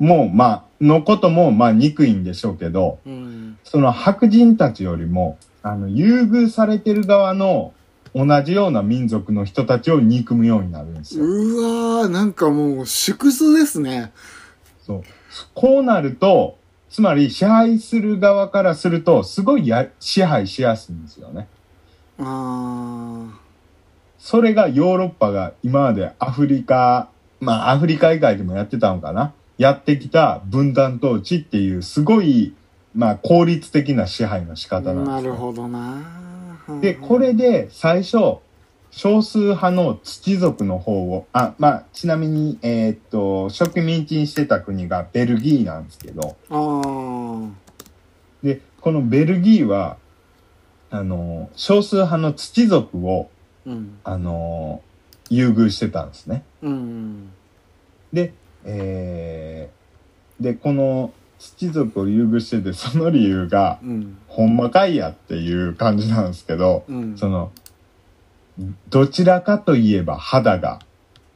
[SPEAKER 2] も、まあ、のことも、まあ、憎いんでしょうけど、
[SPEAKER 1] うん
[SPEAKER 2] その白人たちよりも、あの、優遇されてる側の同じような民族の人たちを憎むようになるんですよ。
[SPEAKER 1] うわーなんかもう縮図ですね
[SPEAKER 2] そう。こうなると、つまり支配する側からすると、すごいや支配しやすいんですよね。
[SPEAKER 1] あ
[SPEAKER 2] それがヨーロッパが今までアフリカ、まあアフリカ以外でもやってたのかなやってきた分断統治っていうすごい、まあ効率的な支配の仕
[SPEAKER 1] あ
[SPEAKER 2] 方なんですよ
[SPEAKER 1] なるほどな
[SPEAKER 2] で、これで最初、少数派の土族の方を、あ、まあちなみに、えーっと、植民地にしてた国がベルギーなんですけど、
[SPEAKER 1] ああ
[SPEAKER 2] で、このベルギーは、あの、少数派の土族を、
[SPEAKER 1] うん
[SPEAKER 2] あの、優遇してたんですね。
[SPEAKER 1] うん
[SPEAKER 2] で、えーで、この土族を優遇してて、その理由が、
[SPEAKER 1] うん
[SPEAKER 2] ほんまかいやっていう感じなんですけど、
[SPEAKER 1] うん
[SPEAKER 2] その、どちらかといえば肌が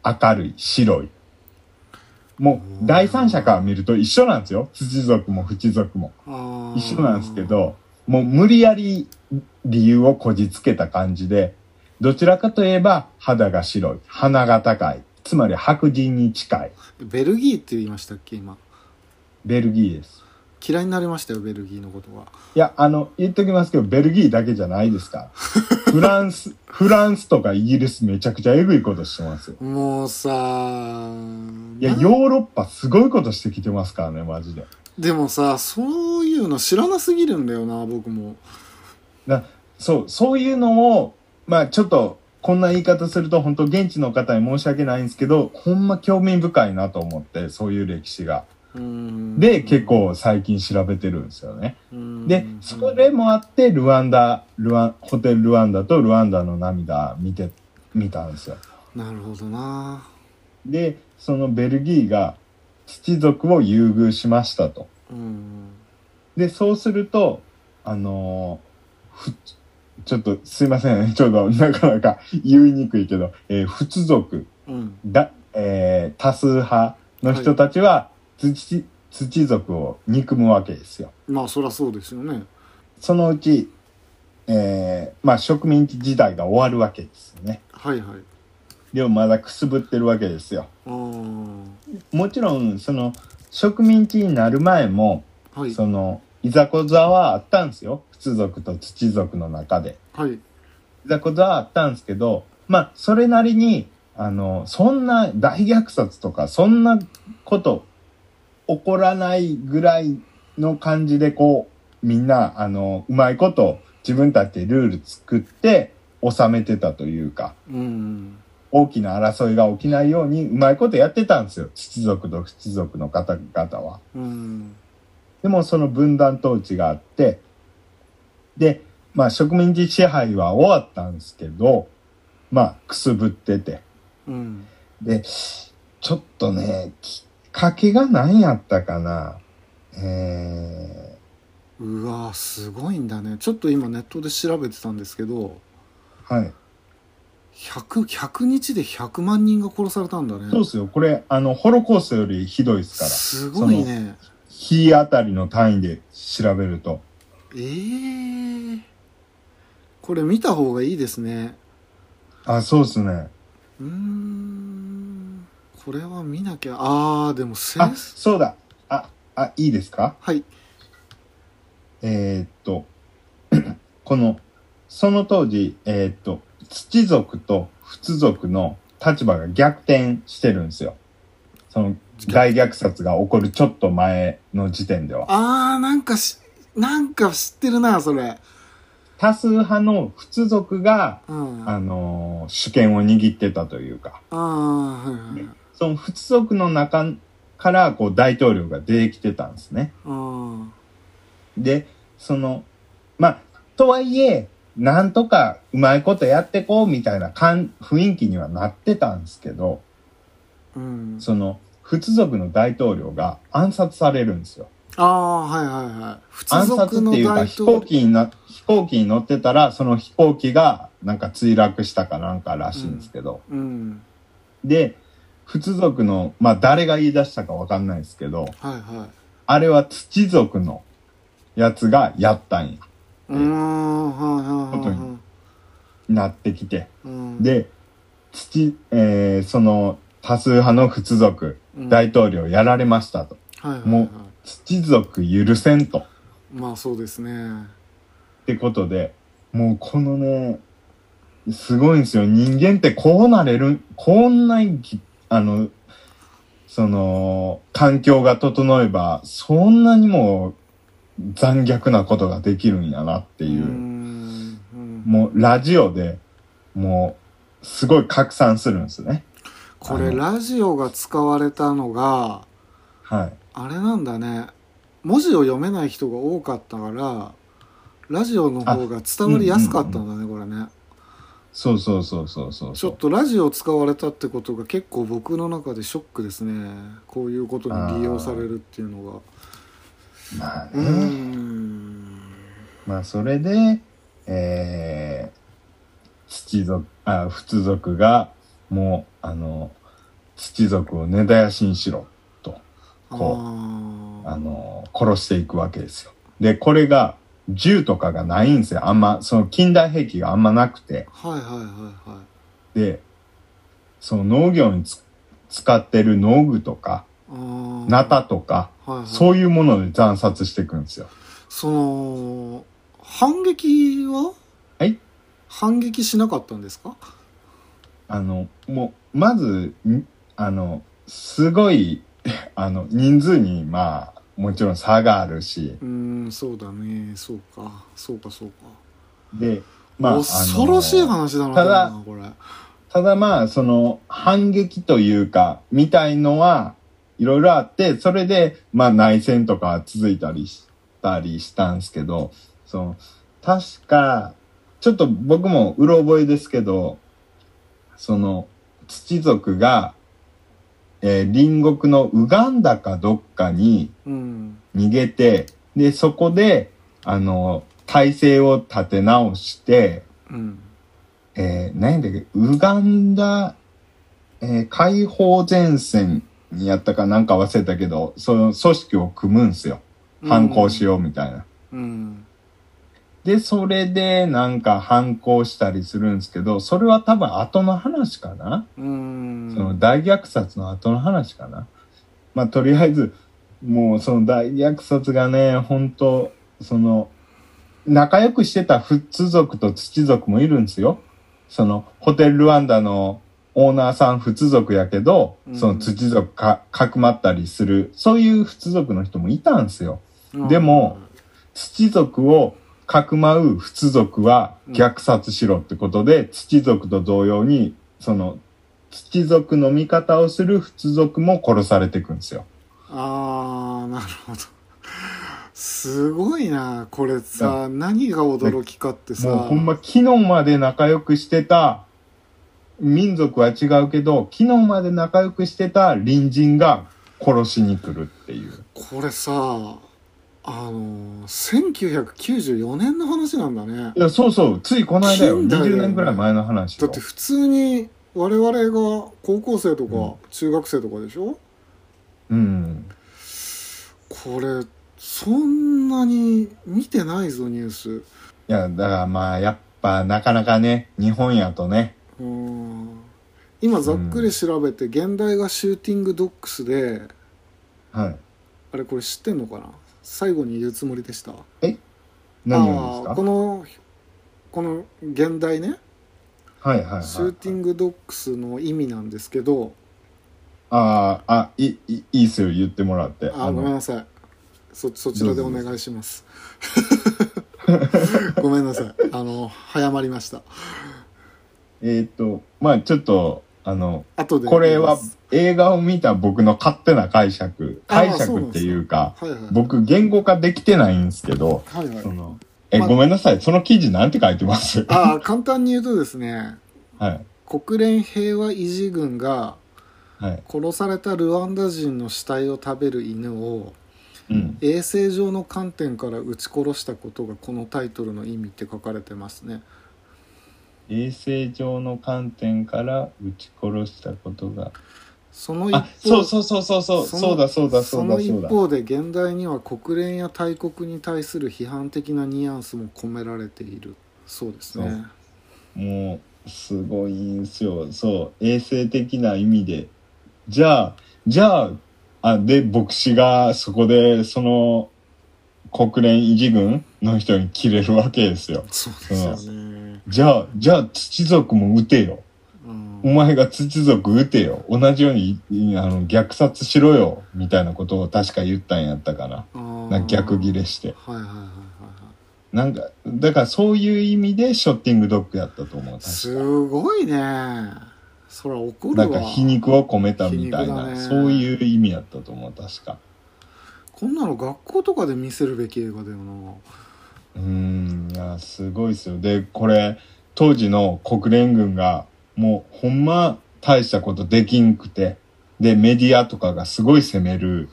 [SPEAKER 2] 明るい、白い。もう、第三者から見ると一緒なんですよ。土族も不地族も。
[SPEAKER 1] あー
[SPEAKER 2] 一緒なんですけど、もう無理やり理由をこじつけた感じで、どちらかといえば肌が白い、鼻が高い、つまり白人に近い。
[SPEAKER 1] ベルギーって言いましたっけ今
[SPEAKER 2] ベルギーです。
[SPEAKER 1] 嫌いになりましたよベルギーのことはい
[SPEAKER 2] や、あの、言っときますけど、ベルギーだけじゃないですから。フランス、フランスとかイギリスめちゃくちゃエグいことしてますよ。
[SPEAKER 1] もうさ
[SPEAKER 2] いや、ヨーロッパすごいことしてきてますからね、マジで。
[SPEAKER 1] でもさそういうの知らなすぎるんだよな僕も
[SPEAKER 2] そう、そういうのを、まあちょっと、こんな言い方すると本当現地の方に申し訳ないんですけど、ほんま興味深いなと思って、そういう歴史が。
[SPEAKER 1] うーん
[SPEAKER 2] で、結構最近調べてるんですよね。
[SPEAKER 1] うーん
[SPEAKER 2] で、それもあって、ルワンダ、ルワン、ホテルルワンダとルワンダの涙見て、見たんですよ。
[SPEAKER 1] なるほどな
[SPEAKER 2] でそのベルギーが土族を優遇しましたと
[SPEAKER 1] うん
[SPEAKER 2] でそうするとあのーふちょっとすいません ちょっとなかなか言いにくいけど、えー、仏族
[SPEAKER 1] うん
[SPEAKER 2] だ、えー多数派の人たちは土,、土族を憎むわけですよ
[SPEAKER 1] まあそりゃそうですよね
[SPEAKER 2] そのうち、えーまあ、植民地時代が終わるわけですよね
[SPEAKER 1] はいはい
[SPEAKER 2] でもまだくすぶってるわけですよ
[SPEAKER 1] ああ
[SPEAKER 2] もちろんその植民地になる前も
[SPEAKER 1] はい
[SPEAKER 2] そのいざこざはあったんですよ仏族と土族の中で
[SPEAKER 1] はい
[SPEAKER 2] いざこざはあったんですけどまあそれなりにあのそんな大虐殺とかそんなこと起こらないぐらいの感じでこうみんなあのうまいこと自分たちでルール作って収めてたというか
[SPEAKER 1] うん
[SPEAKER 2] 大きな争いが起きないようにうまいことやってたんですよ土族と仏族の方々は。
[SPEAKER 1] うん
[SPEAKER 2] でもその分断統治があってで、まあ、植民地支配は終わったんですけど、まあ、くすぶってて
[SPEAKER 1] うん
[SPEAKER 2] でちょっとねきっかけが何やったかな。えー
[SPEAKER 1] うわーすごいんだねちょっと今ネットで調べてたんですけど
[SPEAKER 2] はい、
[SPEAKER 1] 100, 100日で100万人が殺されたんだね
[SPEAKER 2] そうですよこれあのホロコーストよりひどいですから
[SPEAKER 1] すごいね
[SPEAKER 2] 日あたりの単位で調べると
[SPEAKER 1] えー、これ見た方がいいですね
[SPEAKER 2] あそうですね
[SPEAKER 1] うーんこれは見なきゃあーでもセ
[SPEAKER 2] あ
[SPEAKER 1] ンス
[SPEAKER 2] そうだああいいですか
[SPEAKER 1] はい
[SPEAKER 2] えーっと このその当時えーっと土族と仏族の立場が逆転してるんですよその大虐殺が起こるちょっと前の時点では
[SPEAKER 1] あーなんかしなんか知ってるなそれ
[SPEAKER 2] 多数派の仏族が
[SPEAKER 1] うん
[SPEAKER 2] あ
[SPEAKER 1] あ
[SPEAKER 2] のー主権を握ってたというか
[SPEAKER 1] あーはいはいはい
[SPEAKER 2] その仏族の中からこう大統領が出てきてたんですね。
[SPEAKER 1] うん
[SPEAKER 2] で、その、まあ、とはいえ、なんとかうまいことやってこうみたいな感雰囲気にはなってたんですけど、
[SPEAKER 1] うん
[SPEAKER 2] その、仏族の大統領が暗殺されるんですよ。
[SPEAKER 1] ああはいはいはい普
[SPEAKER 2] 暗殺っていうか飛行機にな、飛行機に乗ってたら、その飛行機がなんか墜落したかなんからしいんですけど、
[SPEAKER 1] うん
[SPEAKER 2] で、仏族の、まあ誰が言い出したかわかんないですけど、
[SPEAKER 1] はいはい
[SPEAKER 2] あれは土族のやつがやったんや、
[SPEAKER 1] うーんはいはいはいは
[SPEAKER 2] 本なってきて。
[SPEAKER 1] いうん
[SPEAKER 2] で、土、えーその多数派の仏族、
[SPEAKER 1] うん
[SPEAKER 2] 大統領やられましたと。
[SPEAKER 1] はいはいはい
[SPEAKER 2] もう土族許せんと。っ
[SPEAKER 1] まあそうですね
[SPEAKER 2] てことで、もうこのね、すごいんですよ。人間ってこうなれる、こんなにき、あの、その、環境が整えば、そんなにも残虐なことができるんやなって
[SPEAKER 1] う
[SPEAKER 2] いう。
[SPEAKER 1] んうん
[SPEAKER 2] もうラジオでもうすごい拡散するんですね。
[SPEAKER 1] こ
[SPEAKER 2] あ
[SPEAKER 1] れ
[SPEAKER 2] の
[SPEAKER 1] ラジオが使われたのが
[SPEAKER 2] はい。
[SPEAKER 1] あれなんだね文字を読めない人が多かったからラジオの方が伝わりやすかったんだねこれね
[SPEAKER 2] そうそうそうそうそう
[SPEAKER 1] ち
[SPEAKER 2] そ
[SPEAKER 1] ょっ
[SPEAKER 2] う。
[SPEAKER 1] とラジオを使われたってことが結構僕の中でショックですねこういうことに利用されるっていうのが
[SPEAKER 2] まあね、
[SPEAKER 1] うーん
[SPEAKER 2] まあそれで、えー、土族、あ、仏族がもう、あの、土族を根絶やしにしろ、こうあ
[SPEAKER 1] あ
[SPEAKER 2] の、殺していくわけですよ。で、これが銃とかがないんですよ。あんま、その近代兵器があんまなくて。
[SPEAKER 1] あはいはいはいはい
[SPEAKER 2] で、その農業につ使ってる農具とか、
[SPEAKER 1] あー
[SPEAKER 2] ナタとか、
[SPEAKER 1] はいはい、
[SPEAKER 2] そういうもので惨殺していくんですよ。
[SPEAKER 1] その反撃は
[SPEAKER 2] はい
[SPEAKER 1] 反撃しなかったんですか
[SPEAKER 2] あの、もう、まず、んあの、すごい、 あの、人数に、まあ、もちろん差があるし、
[SPEAKER 1] うーんそうだねそうかそうかそうか、
[SPEAKER 2] で、まあ、
[SPEAKER 1] 恐ろしい
[SPEAKER 2] あの
[SPEAKER 1] 話だな
[SPEAKER 2] ただ
[SPEAKER 1] これな
[SPEAKER 2] ただまあ、その、反撃というか、みたいのは、いろいろあって、それで、まあ、内戦とか続いたりしたりしたんですけど、その、確か、ちょっと僕もうろ覚えですけど、その、土族が、えー隣国のウガンダかどっかに
[SPEAKER 1] これうん
[SPEAKER 2] 逃げて、で、そこで、あの、体制を立て直して、
[SPEAKER 1] うん
[SPEAKER 2] えー、何だっけ、ウガンダ、えー解放前線にやったかなんか忘れたけど、その組織を組むんすよ。反抗しようみたいな。
[SPEAKER 1] うん
[SPEAKER 2] で、それでなんか反抗したりするんですけど、それは多分後の話かな、
[SPEAKER 1] うん
[SPEAKER 2] その大虐殺の後の話かなまあ、とりあえず、もうその大虐殺がね、本当その、仲良くしてた仏族と土族もいるんですよ。その、ホテルルワンダのオーナーさん仏族やけど、その土族か、かくまったりする、そういう仏族の人もいたんですよ。
[SPEAKER 1] うん
[SPEAKER 2] でも土族をかくまう仏族は虐殺しろってことで、土族と同様にその土族の味方をする仏族も殺されていくんですよ。
[SPEAKER 1] あーなるほどすごいなこれさ何が驚きかってさ
[SPEAKER 2] もうほんま昨日まで仲良くしてた民族は違うけど昨日まで仲良くしてた隣人が殺しに来るっていう
[SPEAKER 1] これさあの1994年の話なんだね
[SPEAKER 2] いやそうそうついこの間よ
[SPEAKER 1] 近代だよ
[SPEAKER 2] 20
[SPEAKER 1] ね
[SPEAKER 2] 年ぐらい前の話
[SPEAKER 1] だ
[SPEAKER 2] よ
[SPEAKER 1] って普通に我々が高校生とか中学生とかでしょ、
[SPEAKER 2] うん
[SPEAKER 1] これそんなに見てないぞニュースう
[SPEAKER 2] いやだからまあやっぱなかなかね日本やとね
[SPEAKER 1] ーん今ざっくり調べて、現代がシューティングドックスで
[SPEAKER 2] はい
[SPEAKER 1] あれこれ知ってんのかな最後に言うつもりでした
[SPEAKER 2] 何を
[SPEAKER 1] あ
[SPEAKER 2] で
[SPEAKER 1] ー
[SPEAKER 2] す
[SPEAKER 1] こ
[SPEAKER 2] か
[SPEAKER 1] のこの現代ね
[SPEAKER 2] はいはいはい、
[SPEAKER 1] シューティングドックスの意味なんですけど
[SPEAKER 2] あーあいいいいいっすよ言ってもらって
[SPEAKER 1] あ
[SPEAKER 2] あ
[SPEAKER 1] ごめん
[SPEAKER 2] の
[SPEAKER 1] なさいそそちらでお願いします ごめんなさいあの早まりました
[SPEAKER 2] えーっとまあちょっとあの
[SPEAKER 1] 後で
[SPEAKER 2] これ
[SPEAKER 1] 言い
[SPEAKER 2] は
[SPEAKER 1] ます
[SPEAKER 2] 映画を見た僕の勝手な解釈
[SPEAKER 1] あー
[SPEAKER 2] 解釈っていうか
[SPEAKER 1] はいはい
[SPEAKER 2] 僕言語化できてないんですけど
[SPEAKER 1] はいはい
[SPEAKER 2] そのえ、
[SPEAKER 1] まあ
[SPEAKER 2] ごめんなさいその記事なんて書いてます
[SPEAKER 1] ああ簡単に言うとですね
[SPEAKER 2] はい
[SPEAKER 1] 国連平和維持軍が
[SPEAKER 2] はい
[SPEAKER 1] 殺されたルワンダ人の死体を食べる犬を
[SPEAKER 2] うん
[SPEAKER 1] 衛生上の観点から撃ち殺したことがこのタイトルの意味って書かれてますね
[SPEAKER 2] 衛生上の観点から撃ち殺したことが
[SPEAKER 1] その一
[SPEAKER 2] あ
[SPEAKER 1] 方
[SPEAKER 2] そうそうそうそうそう
[SPEAKER 1] その
[SPEAKER 2] そうだそうだそ
[SPEAKER 1] そう
[SPEAKER 2] だ
[SPEAKER 1] の
[SPEAKER 2] そう
[SPEAKER 1] 一
[SPEAKER 2] だ
[SPEAKER 1] 方で現代には国連や大国に対する批判的なニュアンスも込められているそうですね
[SPEAKER 2] もうすごいんすよそう衛生的な意味でじゃあじゃああで牧師がそこでその国連維持軍の人に切れるわけですよ
[SPEAKER 1] そうですよね、
[SPEAKER 2] じゃあじゃあ土族も撃てよ
[SPEAKER 1] うん
[SPEAKER 2] お前が土族撃てよ同じようにいあの虐殺しろよみたいなことを確か言ったんやったから
[SPEAKER 1] あー
[SPEAKER 2] なんか逆切れして
[SPEAKER 1] はいはいはいはいはい
[SPEAKER 2] なんかだからそういう意味でショッティングドッグやったと思う確か
[SPEAKER 1] すごいねそりゃ怒る
[SPEAKER 2] な
[SPEAKER 1] わ
[SPEAKER 2] んか皮肉を込めたみた
[SPEAKER 1] 皮
[SPEAKER 2] い
[SPEAKER 1] 肉だ
[SPEAKER 2] な、
[SPEAKER 1] ね
[SPEAKER 2] そういう意味やったと思う確か
[SPEAKER 1] こんなの学校とかで見せるべき映画だよな
[SPEAKER 2] うーんいやすごいですよでこれ当時の国連軍がもうほんま大したことできんくてでメディアとかがすごい攻める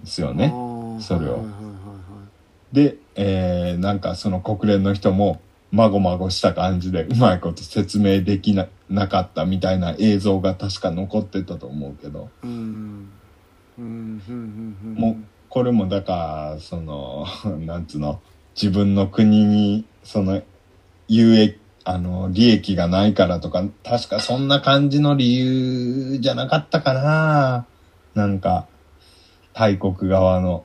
[SPEAKER 2] んですよ
[SPEAKER 1] あ
[SPEAKER 2] ね
[SPEAKER 1] ー
[SPEAKER 2] それを
[SPEAKER 1] はいはいはい
[SPEAKER 2] で、えーなんかその国連の人もまごまごした感じでうまいこと説明できななかったみたいな映像が確か残ってたと思うけど
[SPEAKER 1] はいうんうんうんうんうん
[SPEAKER 2] もうこれもだからその なんつうの自分の国にその有益あの利益がないからとか確かそんな感じの理由じゃなかったかななんか大国側の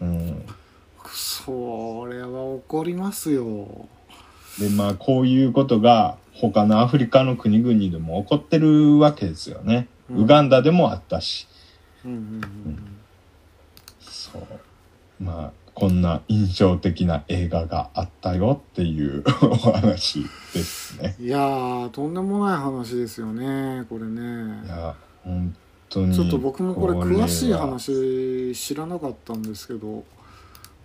[SPEAKER 2] うん
[SPEAKER 1] それは怒りますよ
[SPEAKER 2] でまあこういうことが他のアフリカの国々でも起こってるわけですよね、
[SPEAKER 1] うん
[SPEAKER 2] ウガンダでもあったし
[SPEAKER 1] うんうんうん
[SPEAKER 2] そうまあこんな印象的な映画があったよっていう お話ですね
[SPEAKER 1] うんいやーとんでもない話ですよねこれね
[SPEAKER 2] いや本当に
[SPEAKER 1] ちょっと僕もこれ詳しい
[SPEAKER 2] は
[SPEAKER 1] 話知らなかったんですけど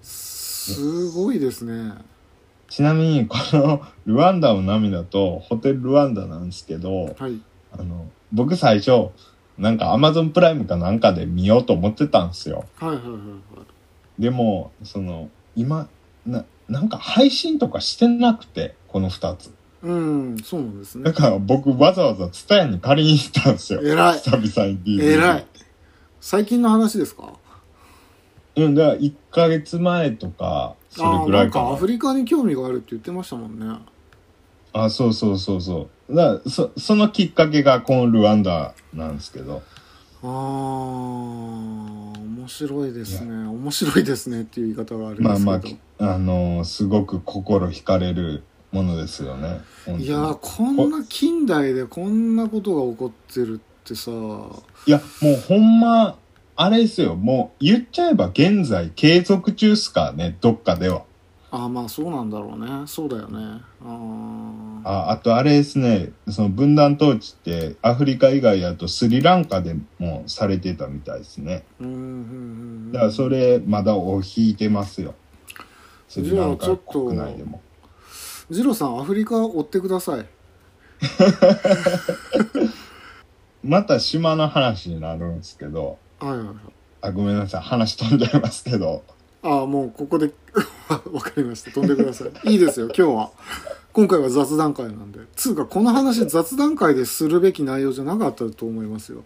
[SPEAKER 1] すごいですね
[SPEAKER 2] ちなみにこの「ルワンダの涙」と「ホテルルワンダ」なんですけど
[SPEAKER 1] はい
[SPEAKER 2] あの僕最初なんかアマゾンプライムかなんかで見ようと思ってたんですよ
[SPEAKER 1] はいはいはいはい
[SPEAKER 2] でもその今ななんか配信とかしてなくてこの2つ
[SPEAKER 1] うんそうなんですね
[SPEAKER 2] だから僕わざわざツタヤに借りに行ったんですよ
[SPEAKER 1] えらい
[SPEAKER 2] 久々に DVD
[SPEAKER 1] えらい最近の話ですか
[SPEAKER 2] うんだから1ヶ月前とかそ
[SPEAKER 1] あ
[SPEAKER 2] れ
[SPEAKER 1] あ
[SPEAKER 2] ぐら
[SPEAKER 1] なん
[SPEAKER 2] いか
[SPEAKER 1] かア
[SPEAKER 2] な
[SPEAKER 1] フリカに興味があるって言ってましたもんね
[SPEAKER 2] あそうそうそうそうだからそそのきっかけがこのルワンダなんですけど
[SPEAKER 1] ああ面白いですね面白いですねっていう言い方があり
[SPEAKER 2] ま
[SPEAKER 1] ま
[SPEAKER 2] あ
[SPEAKER 1] すけど、
[SPEAKER 2] まあきあのーすごく心惹かれるものですよね本当に
[SPEAKER 1] いやーこんな近代でこんなことが起こってるってさ
[SPEAKER 2] いやもうほんまあれですよもう言っちゃえば現在継続中っすからねどっかでは
[SPEAKER 1] あああまあそうなんだろうねそうだよねあ
[SPEAKER 2] ああとあれですねその分断統治ってアフリカ以外だとスリランカでもされてたみたいですね
[SPEAKER 1] あうんうんうんうん
[SPEAKER 2] だからそれまだ尾を引いてますよスリラン
[SPEAKER 1] じゃ
[SPEAKER 2] カ
[SPEAKER 1] あちょっと
[SPEAKER 2] 国内でも
[SPEAKER 1] ジローさんアフリカ追ってください
[SPEAKER 2] また島の話になるんですけど
[SPEAKER 1] はいはいはい
[SPEAKER 2] あごめんなさい話飛んじゃいますけど
[SPEAKER 1] ああもうここで わかりました飛んでくださいいいですよ今日は今回は雑談会なんでつうかこの話雑談会でするべき内容じゃなかったと思いますよ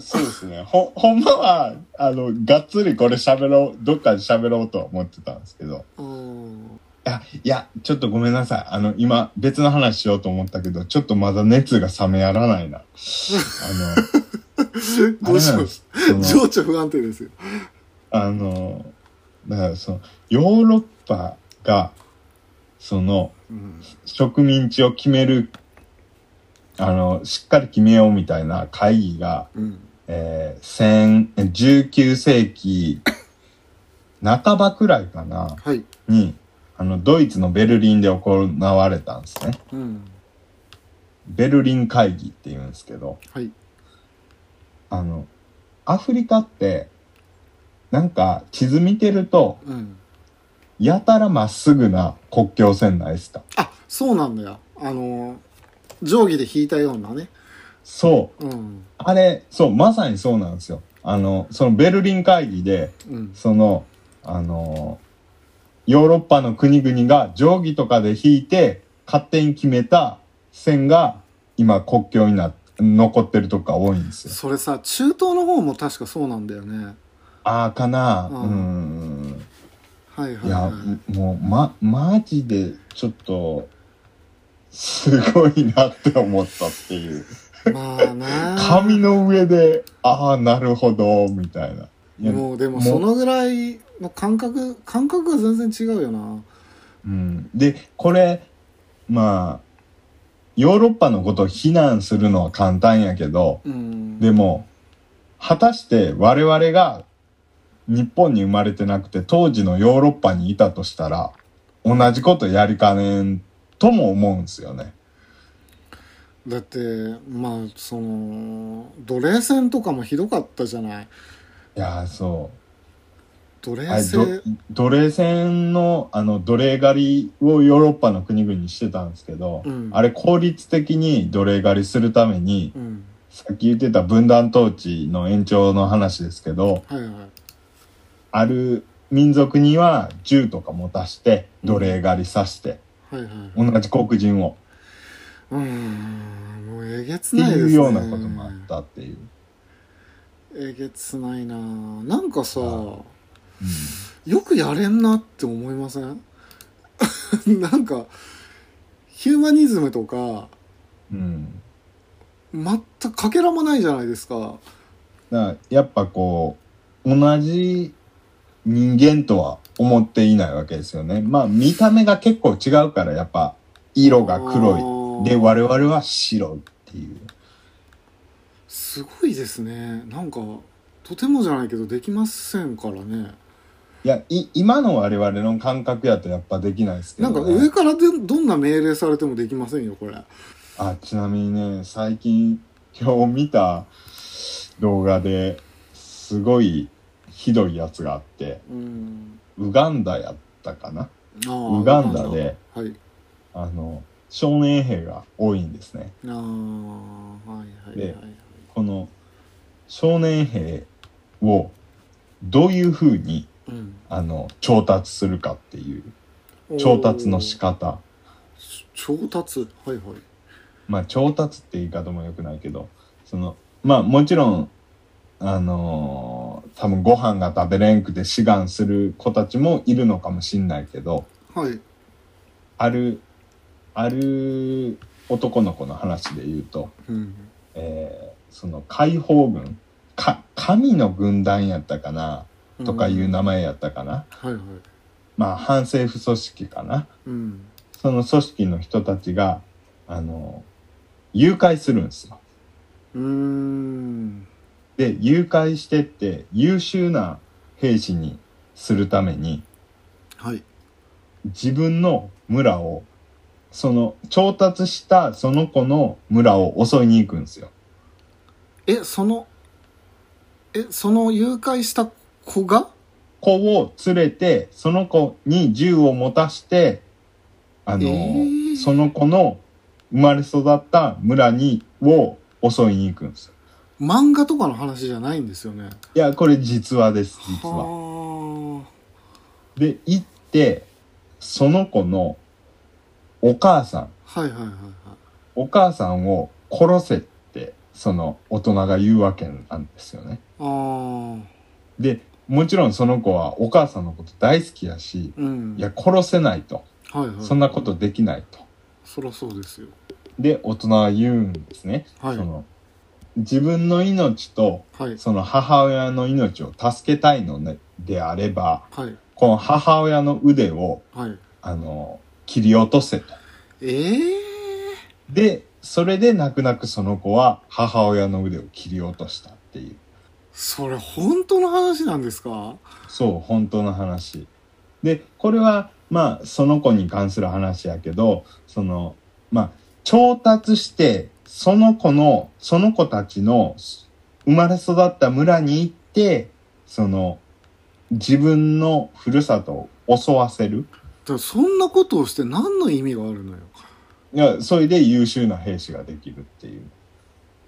[SPEAKER 2] そうですねほほんまはあのがっつりこれ喋ろうどっかで喋ろうとは思ってたんですけど
[SPEAKER 1] あー
[SPEAKER 2] いや、いや、ちょっとごめんなさい。あの、今、別の話しようと思ったけど、ちょっとまだ熱が冷めやら ないな。あの、
[SPEAKER 1] どうし
[SPEAKER 2] あれなん
[SPEAKER 1] ま
[SPEAKER 2] ですすその
[SPEAKER 1] 情緒不安定ですよ
[SPEAKER 2] あの、だからその、ヨーロッパが、その、
[SPEAKER 1] うん
[SPEAKER 2] 植民地を決める、あの、しっかり決めようみたいな会議が、
[SPEAKER 1] うん
[SPEAKER 2] えー、千え19世紀半ばくらいかな、
[SPEAKER 1] はい
[SPEAKER 2] に、あの、ドイツのベルリンで行われたんですね。
[SPEAKER 1] うん
[SPEAKER 2] ベルリン会議って言うんですけど、
[SPEAKER 1] はい
[SPEAKER 2] あの、アフリカって、なんか地図見てると、
[SPEAKER 1] うん
[SPEAKER 2] やたらまっすぐな国境線ないですか
[SPEAKER 1] あそうなんだよあの定規で引いたようなね
[SPEAKER 2] そう。
[SPEAKER 1] うん
[SPEAKER 2] あれ、そう、まさにそうなんですよ。あの、そのベルリン会議で、
[SPEAKER 1] うん
[SPEAKER 2] その、あの、ヨーロッパの国々が定規とかで引いて、勝手に決めた線が、今国境になっ残ってるとこが多いんですよ。
[SPEAKER 1] それさ中東の方も確かそうなんだよね
[SPEAKER 2] ああ、かな。
[SPEAKER 1] うん
[SPEAKER 2] うん
[SPEAKER 1] はいはいい
[SPEAKER 2] や、
[SPEAKER 1] はい
[SPEAKER 2] もう、ま、マジで、ちょっと、すごいなって思ったっていう。
[SPEAKER 1] まあね
[SPEAKER 2] 紙の上で、ああ、なるほど、みたいな。いや
[SPEAKER 1] もうでも
[SPEAKER 2] もう
[SPEAKER 1] そのぐらいの感覚感覚が全然違うよな
[SPEAKER 2] うん、で、これ、まあ、ヨーロッパのことを非難するのは簡単やけど、
[SPEAKER 1] うん
[SPEAKER 2] でも、果たして我々が日本に生まれてなくて当時のヨーロッパにいたとしたら、同じことやりかねんとも思うんですよね。
[SPEAKER 1] だってまあその奴隷戦とかもひどかったじゃない
[SPEAKER 2] いやーそう。
[SPEAKER 1] 奴隷
[SPEAKER 2] あれ
[SPEAKER 1] 制
[SPEAKER 2] ど奴隷船のあの奴隷狩りをヨーロッパの国々にしてたんですけど、
[SPEAKER 1] うん
[SPEAKER 2] あれ効率的に奴隷狩りするために
[SPEAKER 1] うん
[SPEAKER 2] さっき言ってた分断統治の延長の話ですけど
[SPEAKER 1] はいはい
[SPEAKER 2] ある民族には銃とか持たして
[SPEAKER 1] うん
[SPEAKER 2] 奴隷狩りさして、
[SPEAKER 1] はいはい
[SPEAKER 2] 同じ黒人を
[SPEAKER 1] うーんもうえげつ
[SPEAKER 2] って
[SPEAKER 1] ないです
[SPEAKER 2] い
[SPEAKER 1] ね
[SPEAKER 2] うようなこともあったっていう。
[SPEAKER 1] えげつないななんかさ
[SPEAKER 2] あうん
[SPEAKER 1] よくやれんなって思いません なんかヒューマニズムとか
[SPEAKER 2] うん
[SPEAKER 1] 全くかけらもないじゃないですか
[SPEAKER 2] だからやっぱこう同じ人間とは思っていないわけですよねまあ見た目が結構違うからやっぱ色が黒いで
[SPEAKER 1] わ
[SPEAKER 2] 我々は白いっていう
[SPEAKER 1] すごいですねなんかとてもじゃないけどできませんからね
[SPEAKER 2] いやい今の我々の感覚やとやっぱできないですけ
[SPEAKER 1] な
[SPEAKER 2] ど、
[SPEAKER 1] ん
[SPEAKER 2] ね、
[SPEAKER 1] か上からでどんな命令されてもできませんよこれ
[SPEAKER 2] あちなみにね最近今日見た動画ですごいひどいやつがあって
[SPEAKER 1] うん
[SPEAKER 2] ウガンダやったかな
[SPEAKER 1] あー
[SPEAKER 2] ウガンダで
[SPEAKER 1] はい
[SPEAKER 2] あの少年兵が多いんですね
[SPEAKER 1] ああはいはいはい
[SPEAKER 2] でこの少年兵をどういうふうにあの調達するかっていう
[SPEAKER 1] うん
[SPEAKER 2] 調達の仕方
[SPEAKER 1] 調達はいはい
[SPEAKER 2] まあ調達って言い方もよくないけどそのまあもちろんあのー多分ご飯が食べれんくて志願する子たちもいるのかもしんないけど
[SPEAKER 1] はい
[SPEAKER 2] あるある男の子の話で言うと、
[SPEAKER 1] うん
[SPEAKER 2] えーその解放軍か神の軍団やったかなとかいう名前やったかな、
[SPEAKER 1] はいはい
[SPEAKER 2] まあ反政府組織かな
[SPEAKER 1] うん
[SPEAKER 2] その組織の人たちがあの誘拐するんですよ
[SPEAKER 1] うーん
[SPEAKER 2] で誘拐してって優秀な兵士にするために
[SPEAKER 1] はい
[SPEAKER 2] 自分の村を、その、調達したその子の村を襲いに行くんですよ。
[SPEAKER 1] えそのえその誘拐した子が
[SPEAKER 2] 子を連れて、その子に銃を持たして、あの、
[SPEAKER 1] えー
[SPEAKER 2] その子の生まれ育った村に、を襲いに行くんですよ。
[SPEAKER 1] 漫画とかの話じゃないんですよね
[SPEAKER 2] いや、これ実話です、実話。
[SPEAKER 1] は
[SPEAKER 2] で、行って、その子のお母さん、
[SPEAKER 1] あはいはいはいはい
[SPEAKER 2] お母さんを殺せって、その大人が言うわけなんですよね。
[SPEAKER 1] ああ
[SPEAKER 2] で、もちろんその子はお母さんのこと大好きやし、
[SPEAKER 1] うん
[SPEAKER 2] いや、殺せないと。
[SPEAKER 1] はいはい
[SPEAKER 2] そんなことできないと。
[SPEAKER 1] そりゃそうですよ
[SPEAKER 2] で、大人は言うんですね。
[SPEAKER 1] はい
[SPEAKER 2] その自分の命と、
[SPEAKER 1] はい
[SPEAKER 2] その母親の命を助けたいの、ね、であれば、
[SPEAKER 1] はい
[SPEAKER 2] この母親の腕を、
[SPEAKER 1] はい
[SPEAKER 2] あの、切り落とせと。
[SPEAKER 1] ええ
[SPEAKER 2] で、それで泣く泣くその子は母親の腕を切り落としたっていう。
[SPEAKER 1] それ本当の話なんですか
[SPEAKER 2] そう、本当の話。で、これは、まあ、その子に関する話やけど、その、まあ、調達して、その子の、その子たちの生まれ育った村に行って、その、自分のふるさとを襲わせる。
[SPEAKER 1] だからそんなことをして何の意味があるのよ
[SPEAKER 2] いや、それで優秀な兵士ができるっていう。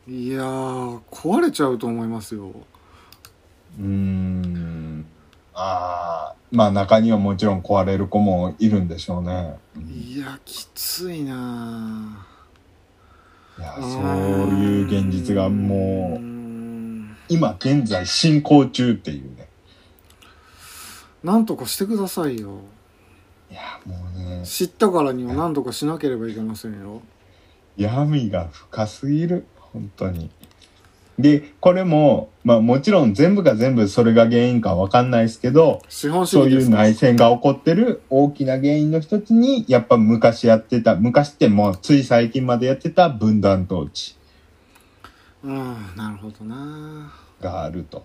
[SPEAKER 1] いやー壊れちゃうと思いますよ
[SPEAKER 2] うーんああ、まあ中にはもちろん壊れる子もいるんでしょうね。うん
[SPEAKER 1] いやきついなあ
[SPEAKER 2] いや、そういう現実が
[SPEAKER 1] ー
[SPEAKER 2] もう、
[SPEAKER 1] ん
[SPEAKER 2] 今現在進行中っていうね。
[SPEAKER 1] なんとかしてくださいよ
[SPEAKER 2] いや、もうね、
[SPEAKER 1] 知ったからには何とかしなければいけませんよ
[SPEAKER 2] 闇が深すぎる。本当に。で、これも、まあもちろん全部が全部それが原因かわかんないですけど、
[SPEAKER 1] 資本主
[SPEAKER 2] そう
[SPEAKER 1] 義
[SPEAKER 2] い
[SPEAKER 1] で
[SPEAKER 2] う
[SPEAKER 1] すか
[SPEAKER 2] 内戦が起こってる大きな原因の一つに、やっぱ昔やってた、昔ってもうつい最近までやってた分断統治。
[SPEAKER 1] うんなるほどな
[SPEAKER 2] があると。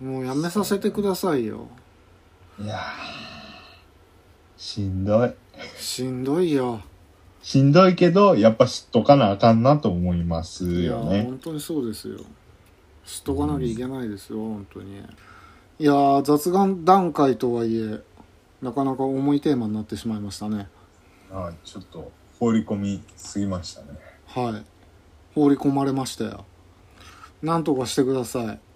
[SPEAKER 1] もうやめさせてくださいよ
[SPEAKER 2] いやーしんどい。
[SPEAKER 1] しんどいよ
[SPEAKER 2] しんどいけど、やっぱ知っとかなあかんなと思います
[SPEAKER 1] いや
[SPEAKER 2] よね。
[SPEAKER 1] 本当にそうですよ知っとかなきゃいけないですよ、本当にいやー雑談段階とはいえなかなか重いテーマになってしまいましたね
[SPEAKER 2] あちょっと放り込みすぎましたね。
[SPEAKER 1] はい放り込まれましたよなんとかしてください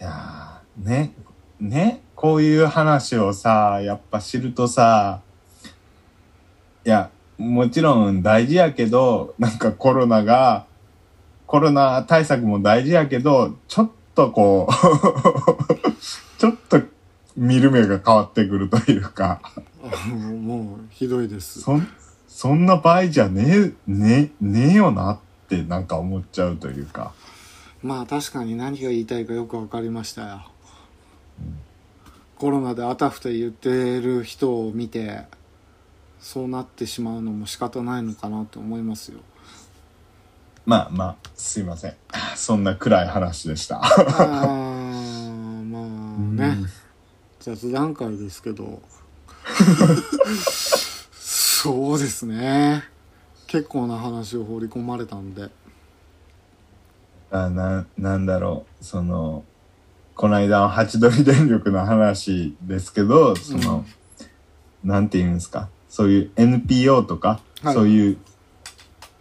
[SPEAKER 2] いやーね、ね、こういう話をさ、やっぱ知るとさ、いや、もちろん大事やけど、なんかコロナが、コロナ対策も大事やけど、ちょっとこう、 ちょっと見る目が変わってくるというか、
[SPEAKER 1] あもうもうひどいです
[SPEAKER 2] そん、そんな場合じゃねえ、ね、ねえよなってなんか思っちゃうというか。
[SPEAKER 1] まあ確かに何が言いたいかよく分かりましたよコロナであたふた言ってる人を見てそうなってしまうのも仕方ないのかなと思います よ
[SPEAKER 2] まあまあ、すいません。そんな暗い話でした。
[SPEAKER 1] あーまあね雑談会ですけどそうですね結構な話を放り込まれたんで
[SPEAKER 2] あななんだろうそのこの間のハチドリ電力の話ですけどその、なんて言うんですかそういう NPO とか、
[SPEAKER 1] はい
[SPEAKER 2] そういう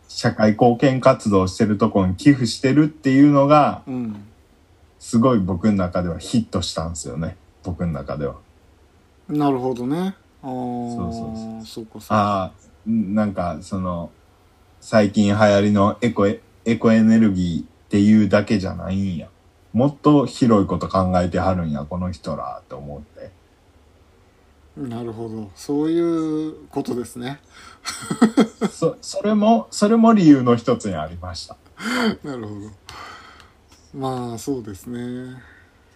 [SPEAKER 2] 社会貢献活動をしてるところに寄付してるっていうのが
[SPEAKER 1] うん
[SPEAKER 2] すごい僕の中ではヒットしたんですよね僕の中では。
[SPEAKER 1] なるほどねああ
[SPEAKER 2] そうそう
[SPEAKER 1] そうかそうか
[SPEAKER 2] ああなんかその最近流行りのエコエエコエネルギーっていうだけじゃないんやもっと広いこと考えてはるんやこの人らと思って
[SPEAKER 1] なるほどそういうことですね
[SPEAKER 2] そそれもそれも理由の一つにありました
[SPEAKER 1] なるほどまあそうですね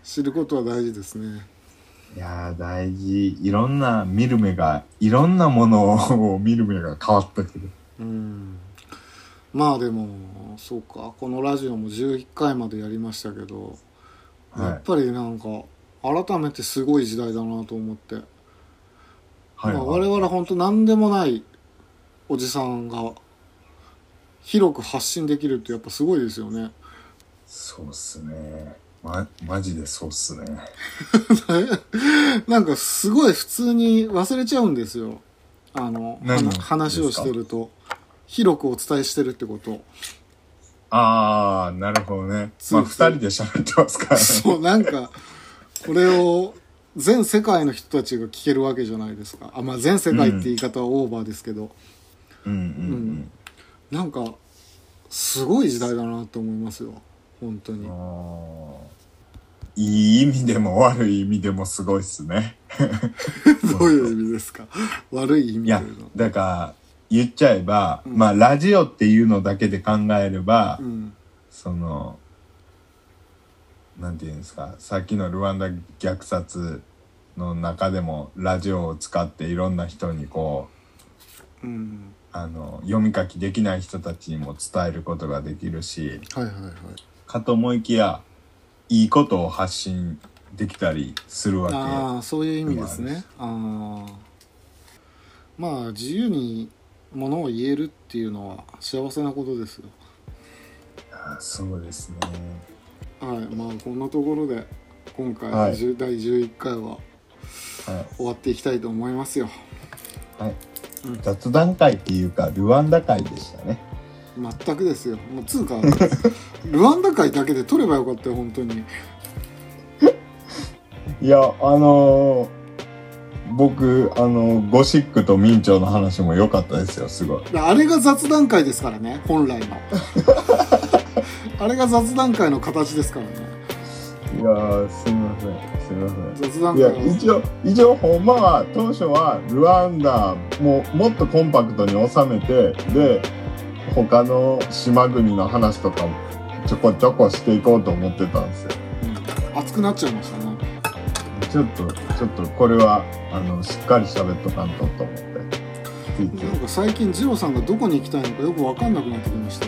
[SPEAKER 1] 知ることは大事ですね
[SPEAKER 2] いやー大事いろんな見る目がいろんなものを見る目が変わってくる
[SPEAKER 1] うんまあでもそうかこのラジオも11回までやりましたけど、
[SPEAKER 2] はい
[SPEAKER 1] やっぱりなんか改めてすごい時代だなと思って
[SPEAKER 2] はい
[SPEAKER 1] まあ、
[SPEAKER 2] はい
[SPEAKER 1] 我々本当何でもないおじさんが広く発信できるってやっぱすごいですよね。
[SPEAKER 2] そうっすねまマジでそうっすね
[SPEAKER 1] なんかすごい普通に忘れちゃうんですよ。あの、
[SPEAKER 2] 何
[SPEAKER 1] は
[SPEAKER 2] の
[SPEAKER 1] な話をしてると。広くお伝えしてるってこと。
[SPEAKER 2] ああなるほどねまあ
[SPEAKER 1] そう
[SPEAKER 2] 二
[SPEAKER 1] そう
[SPEAKER 2] 人で喋ってますからね
[SPEAKER 1] そう、なんか、これを全世界の人たちが聞けるわけじゃないですか。あ、まあ全世界って言い方はオーバーですけど、
[SPEAKER 2] うんうん
[SPEAKER 1] なんか、すごい時代だなと思いますよ。本当
[SPEAKER 2] う
[SPEAKER 1] に。
[SPEAKER 2] ん、あーいい意味でも悪い意味でもすごいっすね
[SPEAKER 1] どういう意味ですか 悪い意味
[SPEAKER 2] い
[SPEAKER 1] とい
[SPEAKER 2] や
[SPEAKER 1] うのは。
[SPEAKER 2] だから言っちゃえば、
[SPEAKER 1] うん
[SPEAKER 2] まあラジオっていうのだけで考えれば、
[SPEAKER 1] うん。
[SPEAKER 2] そのなんていうんですかさっきのルワンダ虐殺の中でもラジオを使っていろんな人にこう
[SPEAKER 1] うん。
[SPEAKER 2] あの読み書きできない人たちにも伝えることができるし
[SPEAKER 1] はいはいはい。
[SPEAKER 2] かと思いきやいいことを発信できたりするわ
[SPEAKER 1] ああ、そういう意味ですね。ああ。まあ、自由にものを言えるっていうのは幸せなことですよ。
[SPEAKER 2] けいやそうですね
[SPEAKER 1] はい。まあ、こんなところで、今回、
[SPEAKER 2] はい
[SPEAKER 1] 10第11回は、
[SPEAKER 2] は
[SPEAKER 1] 終わっていきたいと思いますよ
[SPEAKER 2] い、はい
[SPEAKER 1] うん
[SPEAKER 2] 雑談会っていうかルワンダ会でしたね
[SPEAKER 1] 全くですよもうつう かルワンダ会だけで取ればよかったよ本当に
[SPEAKER 2] いやあのー僕あのゴシックと明朝の話も良かったですよすごい
[SPEAKER 1] あれが雑談会ですからね本 来のあれが雑談会の形ですからね
[SPEAKER 2] いやーすみませんすみませ
[SPEAKER 1] 雑談
[SPEAKER 2] んい
[SPEAKER 1] 会
[SPEAKER 2] や
[SPEAKER 1] は
[SPEAKER 2] 一応一応ほんまは当初はルワンダももっとコンパクトに収めてで他の島国の話とかもちょこちょこしていこうと思ってたんですよ
[SPEAKER 1] うん熱くなっちゃいましたね
[SPEAKER 2] ちょっとちょっとこれはあのしっかり喋っとかんとと思って
[SPEAKER 1] なんか最近二郎さんがどこに行きたいのかよく分かんなくなってきました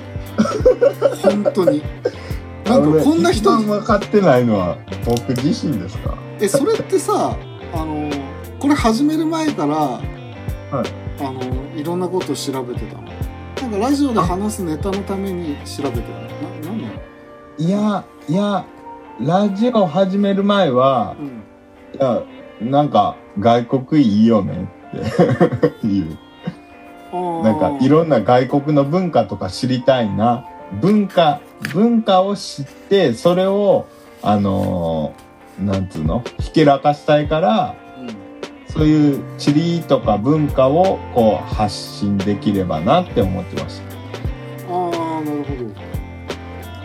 [SPEAKER 1] 本当になんかこんな人
[SPEAKER 2] 一番分かってないのは僕自身ですか
[SPEAKER 1] えそれってさあのこれ始める前から、あのいろんなことを調べてたのなんかラジオで話すネタのために調べてたのな何なの
[SPEAKER 2] いやいやラジオ始める前は
[SPEAKER 1] うん
[SPEAKER 2] いやなんか外国いいよねって いう
[SPEAKER 1] あー
[SPEAKER 2] なんかいろんな外国の文化とか知りたいな文化文化を知ってそれをあのーなんつうのひけらかしたいから
[SPEAKER 1] うん
[SPEAKER 2] そういう地理とか文化をこう発信できればなって思ってました
[SPEAKER 1] ああなる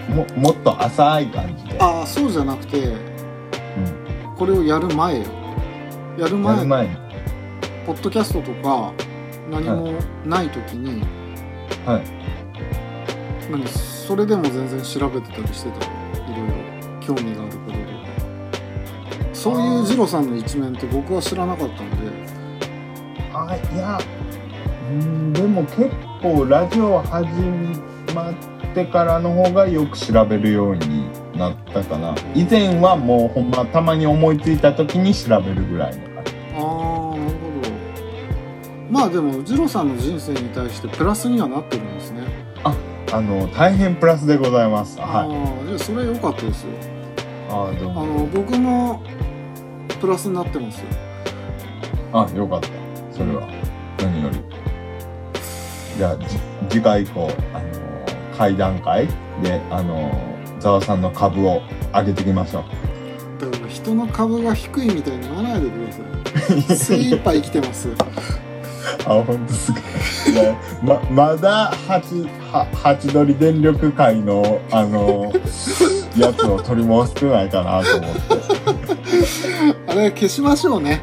[SPEAKER 1] ほど
[SPEAKER 2] ももっと浅い感じでや
[SPEAKER 1] ああそうじゃなくて、これをやる前よやる前
[SPEAKER 2] る前に
[SPEAKER 1] ポッドキャストとか何もない時に、
[SPEAKER 2] はい
[SPEAKER 1] 何それでも全然調べてたりしてたいろいろ興味があることとかそういう二郎さんの一面って僕は知らなかったので
[SPEAKER 2] あいやうんでも結構ラジオ始まってからの方がよく調べるようになったかな以前はもうほんまたまに思いついた時に調べるぐらいの感じ
[SPEAKER 1] ああなるほどまあでも二郎さんの人生に対してプラスにはなってるんですね、
[SPEAKER 2] あの大変プラスでございます
[SPEAKER 1] あ
[SPEAKER 2] はい
[SPEAKER 1] あじゃあそれ良かったですよ
[SPEAKER 2] ああどう
[SPEAKER 1] あ
[SPEAKER 2] も
[SPEAKER 1] の僕もプラスになってますよ
[SPEAKER 2] あよかったそれは何よりじゃあじ次回以降あの会談会であのざわさんの株を上げていきましょう
[SPEAKER 1] だから人の株が低いみたいに言わないでください精一杯生きてます
[SPEAKER 2] あ、本当ですか。いやま、まだ八、は、ハチドリ電力会の、あの。やつを取り戻してないかなと思って。
[SPEAKER 1] あれ消しましょうね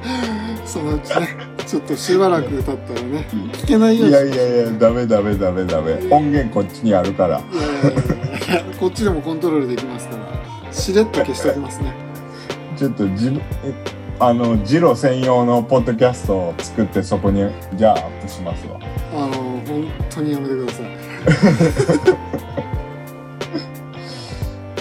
[SPEAKER 1] そのうちねちょっとしばらく経ったらね聞けないよう
[SPEAKER 2] い
[SPEAKER 1] に
[SPEAKER 2] やいやいや、ダメダメダメダメ、音源こっちにあるから。
[SPEAKER 1] いやいやいやいやこっちでもコントロールできますからしれっと消しておきますね
[SPEAKER 2] ちょっと、じ、えあの、ジロ専用のポッドキャストを作って、そこに、じゃあ、アップしますわ。
[SPEAKER 1] あの本当にやめてください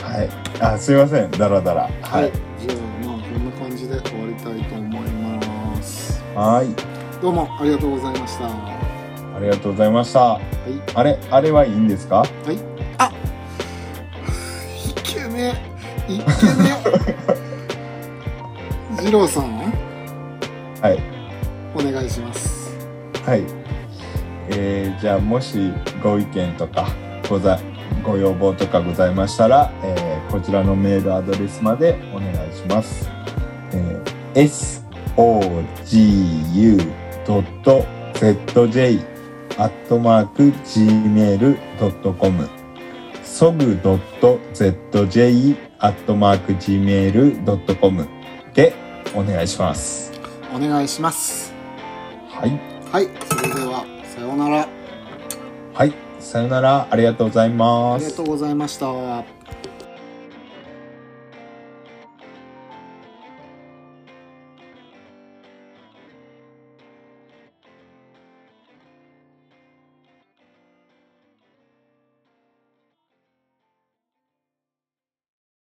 [SPEAKER 2] はい。あ、すいません、ダラダラ。はい。
[SPEAKER 1] じゃあまあこんな感じで終わりたいと思います
[SPEAKER 2] はい。
[SPEAKER 1] どうもありがとうございましたは
[SPEAKER 2] ありがとうございました。
[SPEAKER 1] い
[SPEAKER 2] あれ、あれはいいんですか。
[SPEAKER 1] イケメンイケメン二郎さん
[SPEAKER 2] はい
[SPEAKER 1] お願いします
[SPEAKER 2] はい。えーじゃあ、もしご意見とか、ござ、ご要望とかございましたら、えーこちらのメールアドレスまでお願いします。えー s. O. G. U. Z. J. アットマーク gmail.com ソグ .zj アットマーク gmail.com でお願いします。
[SPEAKER 1] お願いします
[SPEAKER 2] はい。
[SPEAKER 1] はいそれではさようなら
[SPEAKER 2] はい、さよなら、ありがとうござい
[SPEAKER 1] あ
[SPEAKER 2] ま
[SPEAKER 1] りが
[SPEAKER 2] す
[SPEAKER 1] とう。ございました